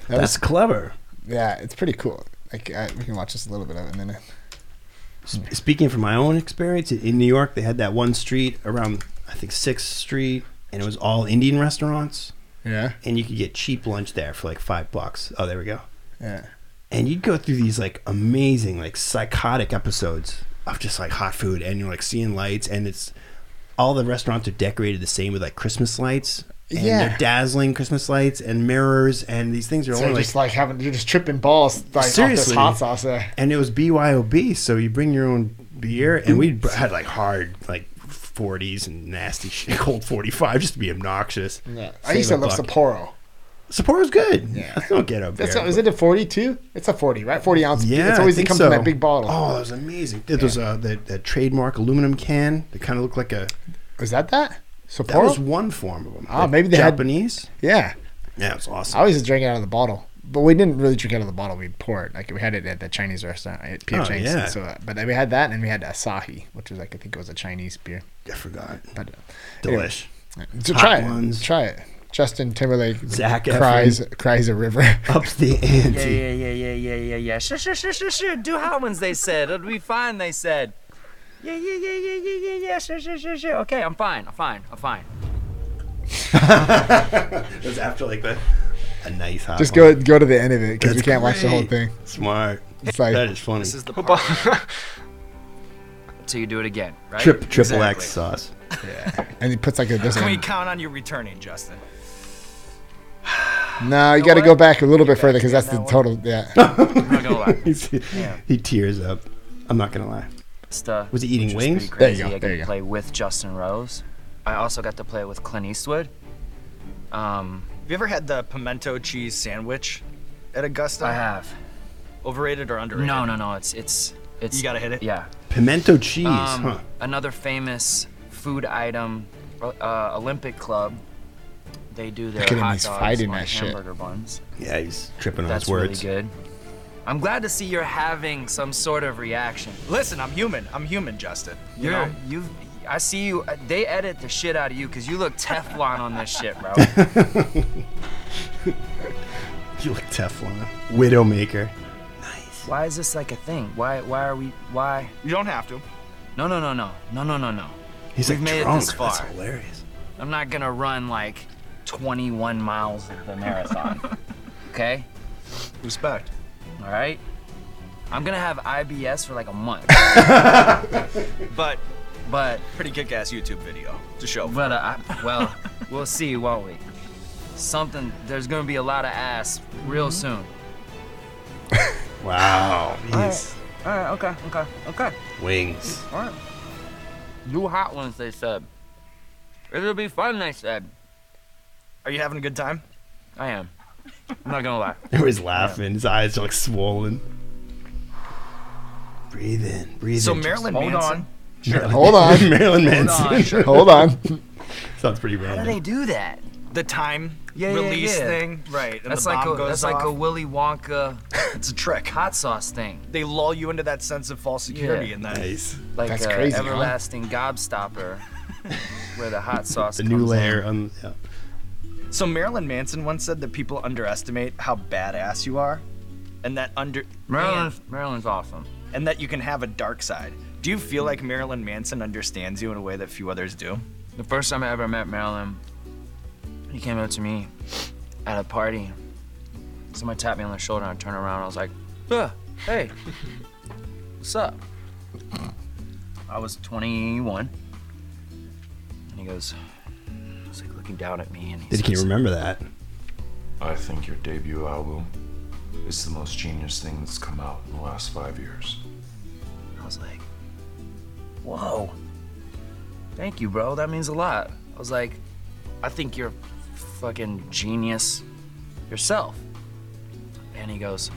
Speaker 1: That's
Speaker 2: was,
Speaker 1: clever.
Speaker 2: yeah, it's pretty cool. Like uh, we can watch just a little bit of it in a minute.
Speaker 1: S- Speaking from my own experience in New York, they had that one street around I think Sixth Street, and it was all Indian restaurants,
Speaker 2: Yeah,
Speaker 1: and you could get cheap lunch there for like five bucks. Oh, there we go.
Speaker 2: yeah.
Speaker 1: and you'd go through these like amazing like psychotic episodes of just like hot food and you're like seeing lights and it's all the restaurants are decorated the same with like christmas lights and
Speaker 2: Yeah.
Speaker 1: they're dazzling christmas lights and mirrors and these things are
Speaker 2: So
Speaker 1: only like,
Speaker 2: just like having you're just tripping balls like off this
Speaker 1: Seriously.
Speaker 2: hot sauce. Uh,
Speaker 1: and it was byob so you bring your own beer and we br- had like hard like 40s and nasty shit cold 45 just to be obnoxious
Speaker 2: yeah. I
Speaker 1: Save
Speaker 2: used
Speaker 1: a
Speaker 2: to love
Speaker 1: buck.
Speaker 2: Sapporo.
Speaker 1: Sapporo's good
Speaker 2: Yeah.
Speaker 1: i still get up
Speaker 2: That's
Speaker 1: there,
Speaker 2: is it a forty two? It's a forty, right? Forty ounce.
Speaker 1: Yeah,
Speaker 2: it's always
Speaker 1: I
Speaker 2: it
Speaker 1: think
Speaker 2: comes
Speaker 1: so.
Speaker 2: in that big bottle.
Speaker 1: Oh, that was amazing. It was uh, that, that trademark aluminum can that kind of looked like a.
Speaker 2: Is that that
Speaker 1: That
Speaker 2: Sapporo?
Speaker 1: was one form of them.
Speaker 2: Ah, maybe they had-
Speaker 1: Japanese.
Speaker 2: yeah,
Speaker 1: Yeah, it's awesome.
Speaker 2: I always just drank it out of the bottle. But we didn't really drink out of the bottle. We'd pour it. Like we had it at the Chinese restaurant at P.F.
Speaker 1: Oh,
Speaker 2: Chang's.
Speaker 1: yeah.
Speaker 2: So, uh, but we had that, and we had Asahi, which was like I think it was a Chinese beer.
Speaker 1: I forgot.
Speaker 2: But uh,
Speaker 1: Delish.
Speaker 2: So
Speaker 1: Hot
Speaker 2: try it.
Speaker 1: ones.
Speaker 2: Try it. Justin Timberlake
Speaker 1: Zac Efron.
Speaker 2: cries cries a river.
Speaker 1: Up the
Speaker 10: Yeah,
Speaker 1: ante.
Speaker 10: yeah, yeah, yeah, yeah, yeah, yeah. Sure, sure, sure, sure, sure. Do hot ones, they said. It'll be fine, they said. Yeah, yeah, yeah, yeah, yeah, yeah, yeah. Sure, sure, sure, sure. Okay, I'm fine. I'm fine. I'm fine.
Speaker 1: It was after like the a nice hot.
Speaker 2: Just
Speaker 1: one.
Speaker 2: go go to the end of it because we
Speaker 1: That's
Speaker 2: can't watch the whole
Speaker 1: great.
Speaker 2: thing.
Speaker 1: Smart.
Speaker 2: It's like
Speaker 1: that is funny.
Speaker 10: This is the
Speaker 3: Hoppa.
Speaker 10: part. So you do it again, right?
Speaker 1: Trip, triple X
Speaker 10: Exactly.
Speaker 1: sauce.
Speaker 2: and he puts like a this
Speaker 10: Can we
Speaker 2: one.
Speaker 10: count on you returning, Justin?
Speaker 2: No, you
Speaker 10: know
Speaker 2: got to
Speaker 10: what?
Speaker 2: go back a little bit
Speaker 10: guys
Speaker 2: further because
Speaker 10: get
Speaker 2: that's the
Speaker 10: that one.
Speaker 2: total. Yeah,
Speaker 10: I'm not gonna lie.
Speaker 1: He's, He tears up. I'm not gonna lie.
Speaker 10: Just, uh,
Speaker 1: Was he eating
Speaker 10: which
Speaker 1: wings?
Speaker 10: pretty
Speaker 2: There you
Speaker 10: Crazy.
Speaker 2: go,
Speaker 10: I got
Speaker 2: there you
Speaker 10: to
Speaker 2: go.
Speaker 10: play with Justin Rose. I also got to play with Clint Eastwood. Um,
Speaker 11: Have you ever had the pimento cheese sandwich at Augusta?
Speaker 10: I have.
Speaker 11: Overrated or underrated?
Speaker 10: No, no, no. It's it's it's.
Speaker 11: You gotta hit it?
Speaker 10: Yeah.
Speaker 1: Pimento cheese,
Speaker 10: Um,
Speaker 1: huh?
Speaker 10: Another famous food item, uh, Olympic Club. They do their
Speaker 2: Look at him,
Speaker 10: hot
Speaker 2: he's
Speaker 10: dogs
Speaker 2: fighting
Speaker 10: on
Speaker 2: that shit.
Speaker 10: hamburger buns.
Speaker 1: Yeah, he's tripping on
Speaker 10: That's
Speaker 1: his words.
Speaker 10: really good. I'm glad to see you're having some sort of reaction.
Speaker 11: Listen, I'm human. I'm human, Justin. You
Speaker 10: You're
Speaker 11: know?
Speaker 10: you. I see you. uh, They edit the shit out of you because you look Teflon on this shit, bro.
Speaker 1: You look Teflon. Widowmaker.
Speaker 10: why is this like a thing? Why why are we why?
Speaker 11: You don't have to.
Speaker 10: No no no no no no no no.
Speaker 1: He's
Speaker 10: We've
Speaker 1: like
Speaker 10: made it
Speaker 1: drunk.
Speaker 10: this
Speaker 1: That's
Speaker 10: far.
Speaker 1: hilarious.
Speaker 10: I'm not gonna run like 21 miles of the marathon. okay.
Speaker 11: Respect.
Speaker 10: All right. I'm gonna have IBS for like a month,
Speaker 11: But
Speaker 10: but
Speaker 11: pretty kick-ass YouTube video to show.
Speaker 10: but uh, I, well, we'll see, won't we? something. There's gonna be a lot of ass real soon. Oh,
Speaker 1: Wow.
Speaker 10: Alright, Alright, okay, okay, okay.
Speaker 1: Wings.
Speaker 10: Alright. New hot ones, they said. It'll be fun, they said. Are you having a good time? I am. I'm not gonna lie.
Speaker 1: He was laughing. His eyes are like swollen. Breathe in. Breathe
Speaker 11: So
Speaker 1: in.
Speaker 11: Marilyn
Speaker 10: Hold
Speaker 11: Manson.
Speaker 10: on.
Speaker 1: Marilyn-
Speaker 2: Hold on.
Speaker 1: Marilyn
Speaker 2: Hold
Speaker 1: Manson.
Speaker 2: on. Hold on.
Speaker 1: Sounds pretty
Speaker 10: How do
Speaker 1: random.
Speaker 10: they do that?
Speaker 11: The time
Speaker 10: Yeah, yeah,
Speaker 11: release
Speaker 10: yeah.
Speaker 8: Hmm.
Speaker 11: thing, right? And
Speaker 10: that's
Speaker 11: the
Speaker 10: like
Speaker 11: bomb
Speaker 10: a
Speaker 11: goes
Speaker 10: that's
Speaker 11: off.
Speaker 10: like a Willy Wonka
Speaker 11: It's a trick.
Speaker 10: hot sauce thing.
Speaker 11: They lull you into that sense of false security, and that
Speaker 1: Nice.
Speaker 10: Like
Speaker 2: That's
Speaker 10: a
Speaker 2: crazy, huh?
Speaker 10: everlasting gobstopper where the hot sauce
Speaker 1: The new
Speaker 10: comes in.
Speaker 1: layer. Um, yeah.
Speaker 11: So Marilyn Manson once said that people underestimate how badass you are, and that under
Speaker 10: Maryland's, Maryland's awesome.
Speaker 11: and that you can have a dark side. Do you feel like Marilyn Manson understands you in a way that few others do?
Speaker 10: The first time I ever met Marilyn, he came up to me at a party. Somebody tapped me on the shoulder, and I turned around. I was like, "Yeah, hey, what's up? I was 21. And he goes, he's like looking down at me. and he
Speaker 1: Did he
Speaker 10: says,
Speaker 1: remember that?
Speaker 12: I think your debut album is the most genius thing that's come out in the last five years.
Speaker 10: I was like, whoa, thank you, bro. That means a lot. I was like, I think you're a fucking genius yourself. And he goes,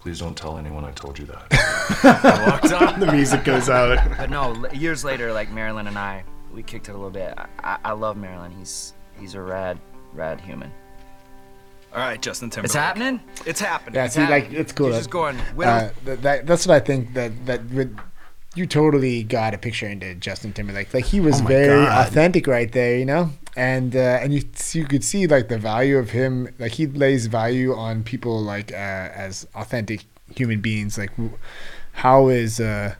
Speaker 12: Please don't tell anyone I told you that.
Speaker 10: walked off.
Speaker 1: The music goes out.
Speaker 10: But no, l- years later, like Marilyn and I, we kicked it a little bit. I, I, I love Marilyn. He's he's a rad, rad human.
Speaker 11: All right, Justin Timberlake.
Speaker 10: It's happening.
Speaker 11: It's happening.
Speaker 2: Yeah, see, like it's cool.
Speaker 10: He's just going. With
Speaker 2: Uh, that, that, that's what I think that that would, you totally got a picture into Justin Timberlake. Like he was
Speaker 1: Oh my
Speaker 2: very
Speaker 1: God.
Speaker 2: authentic right there, you know. And uh, and you you could see like the value of him. Like he lays value on people like uh, as authentic human beings. Like wh- how is uh,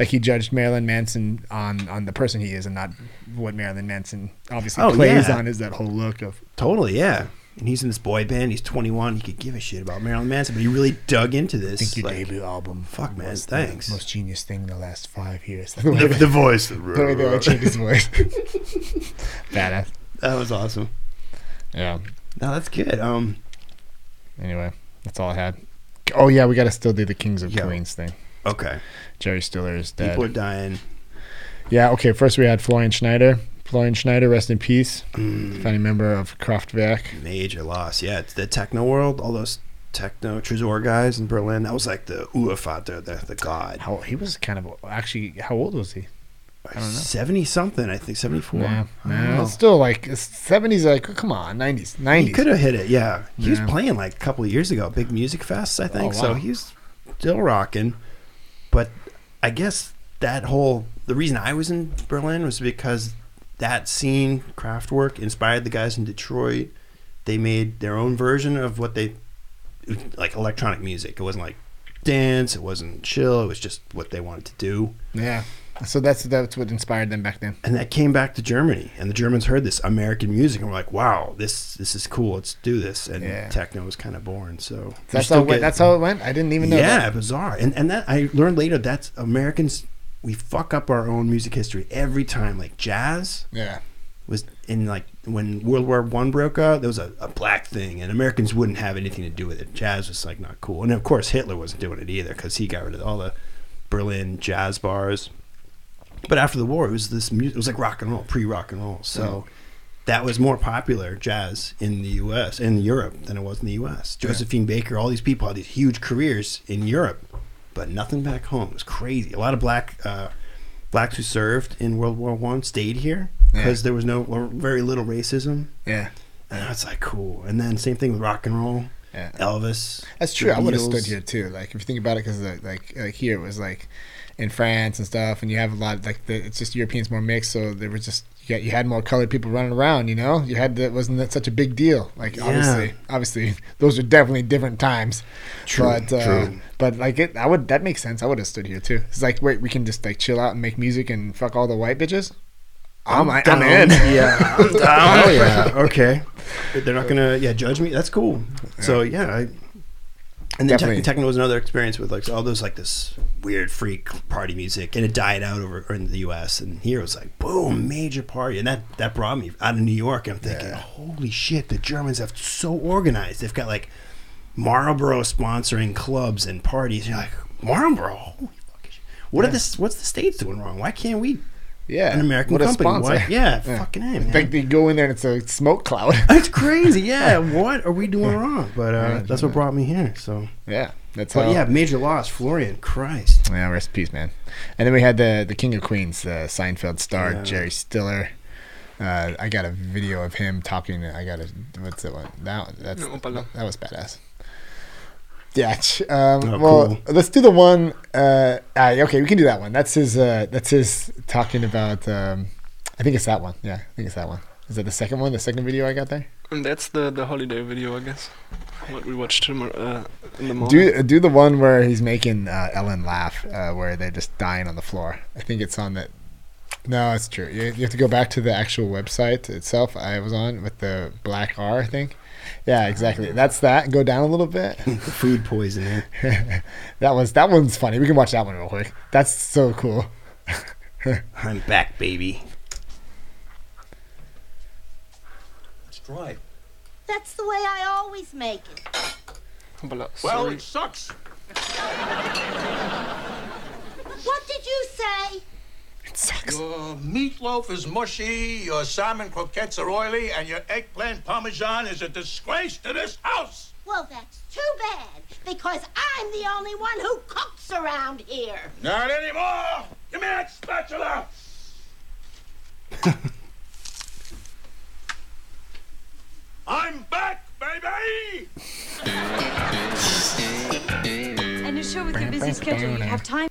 Speaker 2: like he judged Marilyn Manson on on the person he is and not what Marilyn Manson obviously
Speaker 1: Oh,
Speaker 2: plays
Speaker 1: yeah.
Speaker 2: on is that whole look of
Speaker 1: Totally, yeah. And he's in this boy band. He's 21. He could give a shit about Marilyn Manson, but he really dug into this.
Speaker 2: think your
Speaker 1: like,
Speaker 2: debut album.
Speaker 1: Fuck, man,
Speaker 2: was the
Speaker 1: thanks.
Speaker 2: most genius thing in the last five years. The
Speaker 1: the,
Speaker 2: way
Speaker 1: the voice.
Speaker 2: the way they would change his voice. Badass.
Speaker 1: That was awesome.
Speaker 2: Yeah.
Speaker 1: No, that's good. Um,
Speaker 2: Anyway, that's all I had. Oh yeah, we gotta still do the Kings of
Speaker 1: Yeah.
Speaker 2: Queens thing.
Speaker 1: okay.
Speaker 2: Jerry Stiller is dead.
Speaker 1: People are dying.
Speaker 2: Yeah. Okay. First we had Florian Schneider. Florian Schneider, rest in peace. Founding member of Kraftwerk.
Speaker 1: Major loss. Yeah, it's the techno world. All those techno Trezor guys in Berlin. That was like the Urvater, the, the god.
Speaker 2: How he was kind of actually. How old was he? I don't know.
Speaker 1: Seventy something, I think seventy four.
Speaker 2: Yeah. Nah, it's still like seventies. Like come on, nineties,
Speaker 1: He
Speaker 2: nineties.
Speaker 1: could have hit it. Yeah, he was
Speaker 2: Yeah.
Speaker 1: playing like a couple of years ago, big music fests, I think.
Speaker 2: Oh,
Speaker 1: So
Speaker 2: wow.
Speaker 1: he was still rocking. But I guess that whole the reason I was in Berlin was because that scene, Kraftwerk, inspired the guys in Detroit. They made their own version of what they like electronic music. It wasn't like dance. It wasn't chill. It was just what they wanted to do.
Speaker 2: Yeah. So that's that's what inspired them back then.
Speaker 1: And that came back to Germany, and the Germans heard this American music and were like, "Wow, this this is cool. Let's do this." And
Speaker 2: Yeah.
Speaker 1: techno was kind of born. So
Speaker 2: That's how. It went, that's how it went. I didn't even know.
Speaker 1: yeah,
Speaker 2: that.
Speaker 1: bizarre. And and that I learned later that's Americans we fuck up our own music history every time. Like jazz
Speaker 2: Yeah.
Speaker 1: was in like when World War One broke out, there was a, a black thing, and Americans wouldn't have anything to do with it. Jazz was like not cool, and of course Hitler wasn't doing it either because he got rid of all the Berlin jazz bars. But after the war, it was this music. It was like rock and roll, pre-rock and roll. So
Speaker 2: Mm-hmm.
Speaker 1: that was more popular jazz in the U.S. in Europe than it was in the U.S. Josephine Baker, all these people had these huge careers in Europe, but nothing back home. It was crazy. A lot of black uh, blacks who served in World War One stayed here because there was no or very little racism,
Speaker 2: Yeah.
Speaker 1: and that's like cool. And then same thing with rock and roll.
Speaker 2: Yeah.
Speaker 1: Elvis.
Speaker 2: That's
Speaker 1: the
Speaker 2: true. I would have
Speaker 1: Beatles.
Speaker 2: stood here too. Like if you think about it, because like like here it was like in France and stuff, and you have a lot like the, it's just Europeans more mixed, so there was just you, got, you had more colored people running around. You know, you had that wasn't that such a big deal. Like
Speaker 1: Yeah.
Speaker 2: obviously, obviously those are definitely different times.
Speaker 1: True,
Speaker 2: But uh,
Speaker 1: true.
Speaker 2: but like it, I would that makes sense. I would have stood here too. It's like wait, we can just like chill out and make music and fuck all the white bitches. I'm, I'm,
Speaker 1: down.
Speaker 2: in.
Speaker 1: Yeah, I'm down.
Speaker 2: Hell yeah.
Speaker 1: Okay. They're not gonna yeah judge me. That's cool. So yeah, I And then tech
Speaker 2: Definitely.
Speaker 1: techno was another experience with like all those like this weird freak party music, and it died out over in the U.S. and here it was like boom, major party, and that that brought me out of New York. I'm thinking, holy shit, the Germans have so organized. They've got like Marlboro sponsoring clubs and parties. You're like Marlboro, holy fucking shit. What are
Speaker 2: Yeah.
Speaker 1: this? What's the states doing wrong? Why can't we?
Speaker 2: Yeah,
Speaker 1: an American
Speaker 2: what a
Speaker 1: company.
Speaker 2: sponsor.
Speaker 1: Why- yeah, fucking A,
Speaker 2: In
Speaker 1: man.
Speaker 2: fact, they go in there and it's a smoke cloud.
Speaker 1: It's crazy. Yeah, what are we doing wrong? But uh,
Speaker 2: Yeah,
Speaker 1: that's what brought me here. So
Speaker 2: yeah, that's
Speaker 1: But
Speaker 2: how-
Speaker 1: yeah, major loss, Florian. Christ.
Speaker 2: Yeah, rest in peace, man. And then we had the the King of Queens, the Seinfeld star
Speaker 1: Yeah.
Speaker 2: Jerry Stiller. Uh, I got a video of him talking. I got a what's that one? That one, that's that was badass. Yeah. ch- Um,
Speaker 1: Oh,
Speaker 2: well,
Speaker 1: cool.
Speaker 2: let's do the one. Uh, ah, okay, we can do that one. That's his. Uh, that's his talking about. Um, I think it's that one. Yeah, I think it's that one. Is that the second one? The second video I got there.
Speaker 3: And that's the, the holiday video, I guess. What we watched tomorrow, uh, in the morning.
Speaker 2: Do do the one where he's making uh, Ellen laugh, uh, where they're just dying on the floor. I think it's on that. No, it's true. You, you have to go back to the actual website itself. I was on with the black R thing. Yeah, exactly. That's that. Go down a little bit.
Speaker 1: Uh, Food poisoning.
Speaker 2: that was that one's funny. We can watch that one real quick. That's so cool.
Speaker 1: I'm back, baby.
Speaker 13: Let's drive.
Speaker 14: That's the way I always make it.
Speaker 3: uh,
Speaker 4: Well,
Speaker 14: sorry.
Speaker 4: it sucks.
Speaker 14: What did you say?
Speaker 13: Your meatloaf is mushy, your salmon croquettes are oily, and your eggplant parmesan is a disgrace to this house.
Speaker 14: Well, that's too bad, because I'm the only one who cooks around here.
Speaker 13: Not anymore! Oh, Give me that spatula! I'm back, baby!
Speaker 15: And it's sure with your busy schedule, you have time.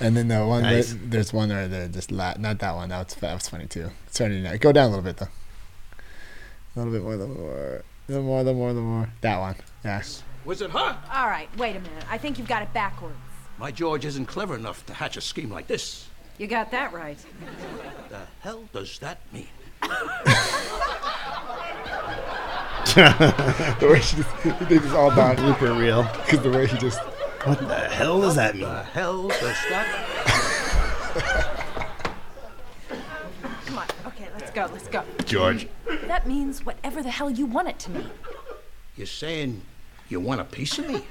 Speaker 2: And then the one where-
Speaker 15: Nice.
Speaker 2: there's one where they're just la- not that one. That was, that was funny too. Saturday night. Go down a little bit though. A little bit more, a little more, a little more, a little more, a little more. That one. Yes.
Speaker 13: Was it her?
Speaker 15: All right, wait a minute. I think you've got it backwards.
Speaker 13: My George isn't clever enough to hatch a scheme like this.
Speaker 15: You got that right.
Speaker 13: The hell does that mean?
Speaker 2: the way she just, they just all died.
Speaker 1: Blooper reel.
Speaker 2: Because the way he just.
Speaker 1: What the hell does that mean?
Speaker 13: hell does that
Speaker 15: Come on. Okay, let's go. Let's go.
Speaker 13: George.
Speaker 15: That means whatever the hell you want it to mean.
Speaker 13: You're saying you want a piece of me?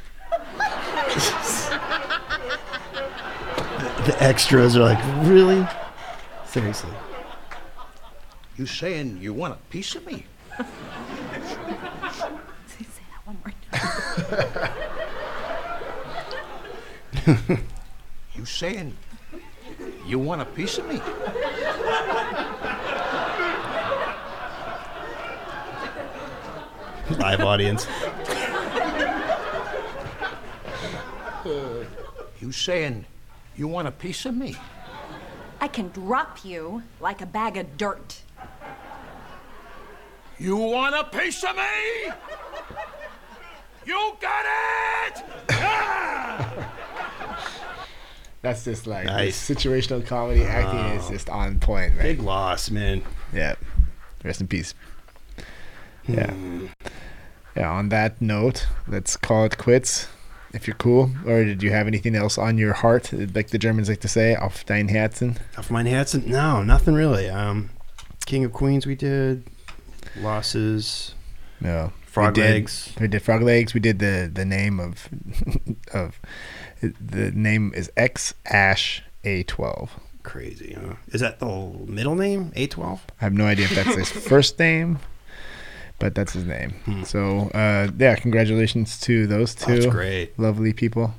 Speaker 1: The extras are like, really? Seriously.
Speaker 13: You saying you want a piece of me?
Speaker 15: Say that one more
Speaker 13: You saying you want a piece of me?
Speaker 1: Live audience.
Speaker 13: You saying you want a piece of me?
Speaker 15: I can drop you like a bag of dirt.
Speaker 13: You want a piece of me? You got it!
Speaker 2: That's just like
Speaker 1: Nice.
Speaker 2: situational comedy acting is
Speaker 1: Wow.
Speaker 2: just on point, man.
Speaker 1: Big loss, man.
Speaker 2: Yeah. Rest in peace. Yeah.
Speaker 1: Hmm.
Speaker 2: Yeah. On that note, let's call it quits. If you're cool, or did you have anything else on your heart, like the Germans like to say, "Auf dein Herzen"?
Speaker 1: Off my Hanson? No, nothing really. Um, King of Queens, we did. Losses.
Speaker 2: No.
Speaker 1: Frog
Speaker 2: we did-
Speaker 1: legs.
Speaker 2: We did frog legs. We did the the name of of the name is X Ash A twelve.
Speaker 1: Crazy, huh? Is that the middle name? A12?
Speaker 2: I have no idea if that's his first name, but that's his name. So uh, yeah, congratulations to those two.
Speaker 1: Hmm. Oh, That's great.
Speaker 2: Lovely people.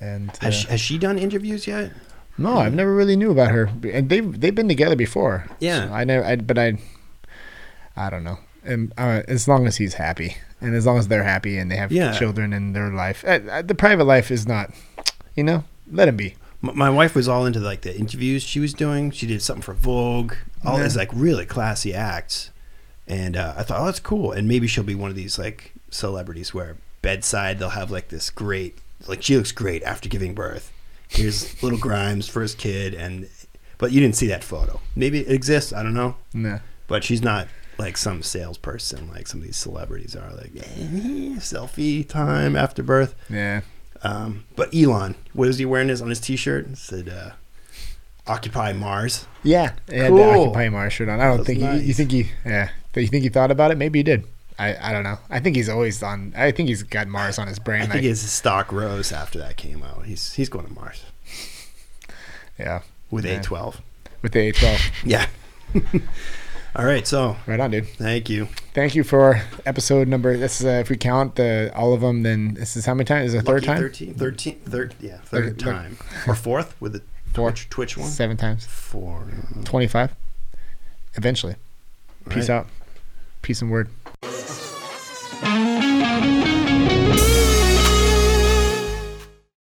Speaker 2: And uh,
Speaker 1: Has, she, has she done interviews yet?
Speaker 2: no, I've never really knew about her, and they've they've been together before.
Speaker 1: Yeah.
Speaker 2: So I never. I, but I, I don't know. And uh, as long as he's happy, and as long as they're happy, and they have
Speaker 1: Yeah.
Speaker 2: children in their life, uh, uh, the private life is not, you know, let him be.
Speaker 1: M- My wife was all into like the interviews she was doing. She did something for Vogue. All
Speaker 2: Yeah.
Speaker 1: these like really classy acts, and uh, I thought, oh, that's cool. And maybe she'll be one of these like celebrities where bedside they'll have like this great, like she looks great after giving birth. Here's little Grimes, first kid, and but you didn't see that photo. Maybe it exists. I don't know.
Speaker 2: Nah.
Speaker 1: But she's not. like some salesperson, like some of these celebrities are, like eh, selfie time after birth.
Speaker 2: Yeah.
Speaker 1: Um, but Elon, what is he wearing? This on his T-shirt it said uh, "Occupy Mars."
Speaker 2: Yeah, he had the Occupy Mars shirt on. I don't
Speaker 1: That's
Speaker 2: think he, you
Speaker 1: nice.
Speaker 2: think he, yeah, Th- you think he thought about it? Maybe he did. I, I don't know. I think he's always on. I think he's got Mars on his brain.
Speaker 1: I
Speaker 2: like-
Speaker 1: think his stock rose after that came out. He's he's going to Mars.
Speaker 2: Yeah.
Speaker 1: With
Speaker 2: Yeah.
Speaker 1: A12.
Speaker 2: With the A12.
Speaker 1: yeah. All right, so
Speaker 2: right on, dude.
Speaker 1: Thank you.
Speaker 2: Thank you for episode number. This is uh, if we count the all of them, then this is how many times? Is it the third
Speaker 1: Lucky
Speaker 2: time?
Speaker 1: 13, 13 third, yeah, third
Speaker 2: Look- look-
Speaker 1: time. Or fourth with the
Speaker 2: Four.
Speaker 1: Twitch, Twitch one.
Speaker 2: Seven times.
Speaker 1: Four.
Speaker 2: Twenty-five. Eventually. Peace
Speaker 1: Right.
Speaker 2: out. Peace and word.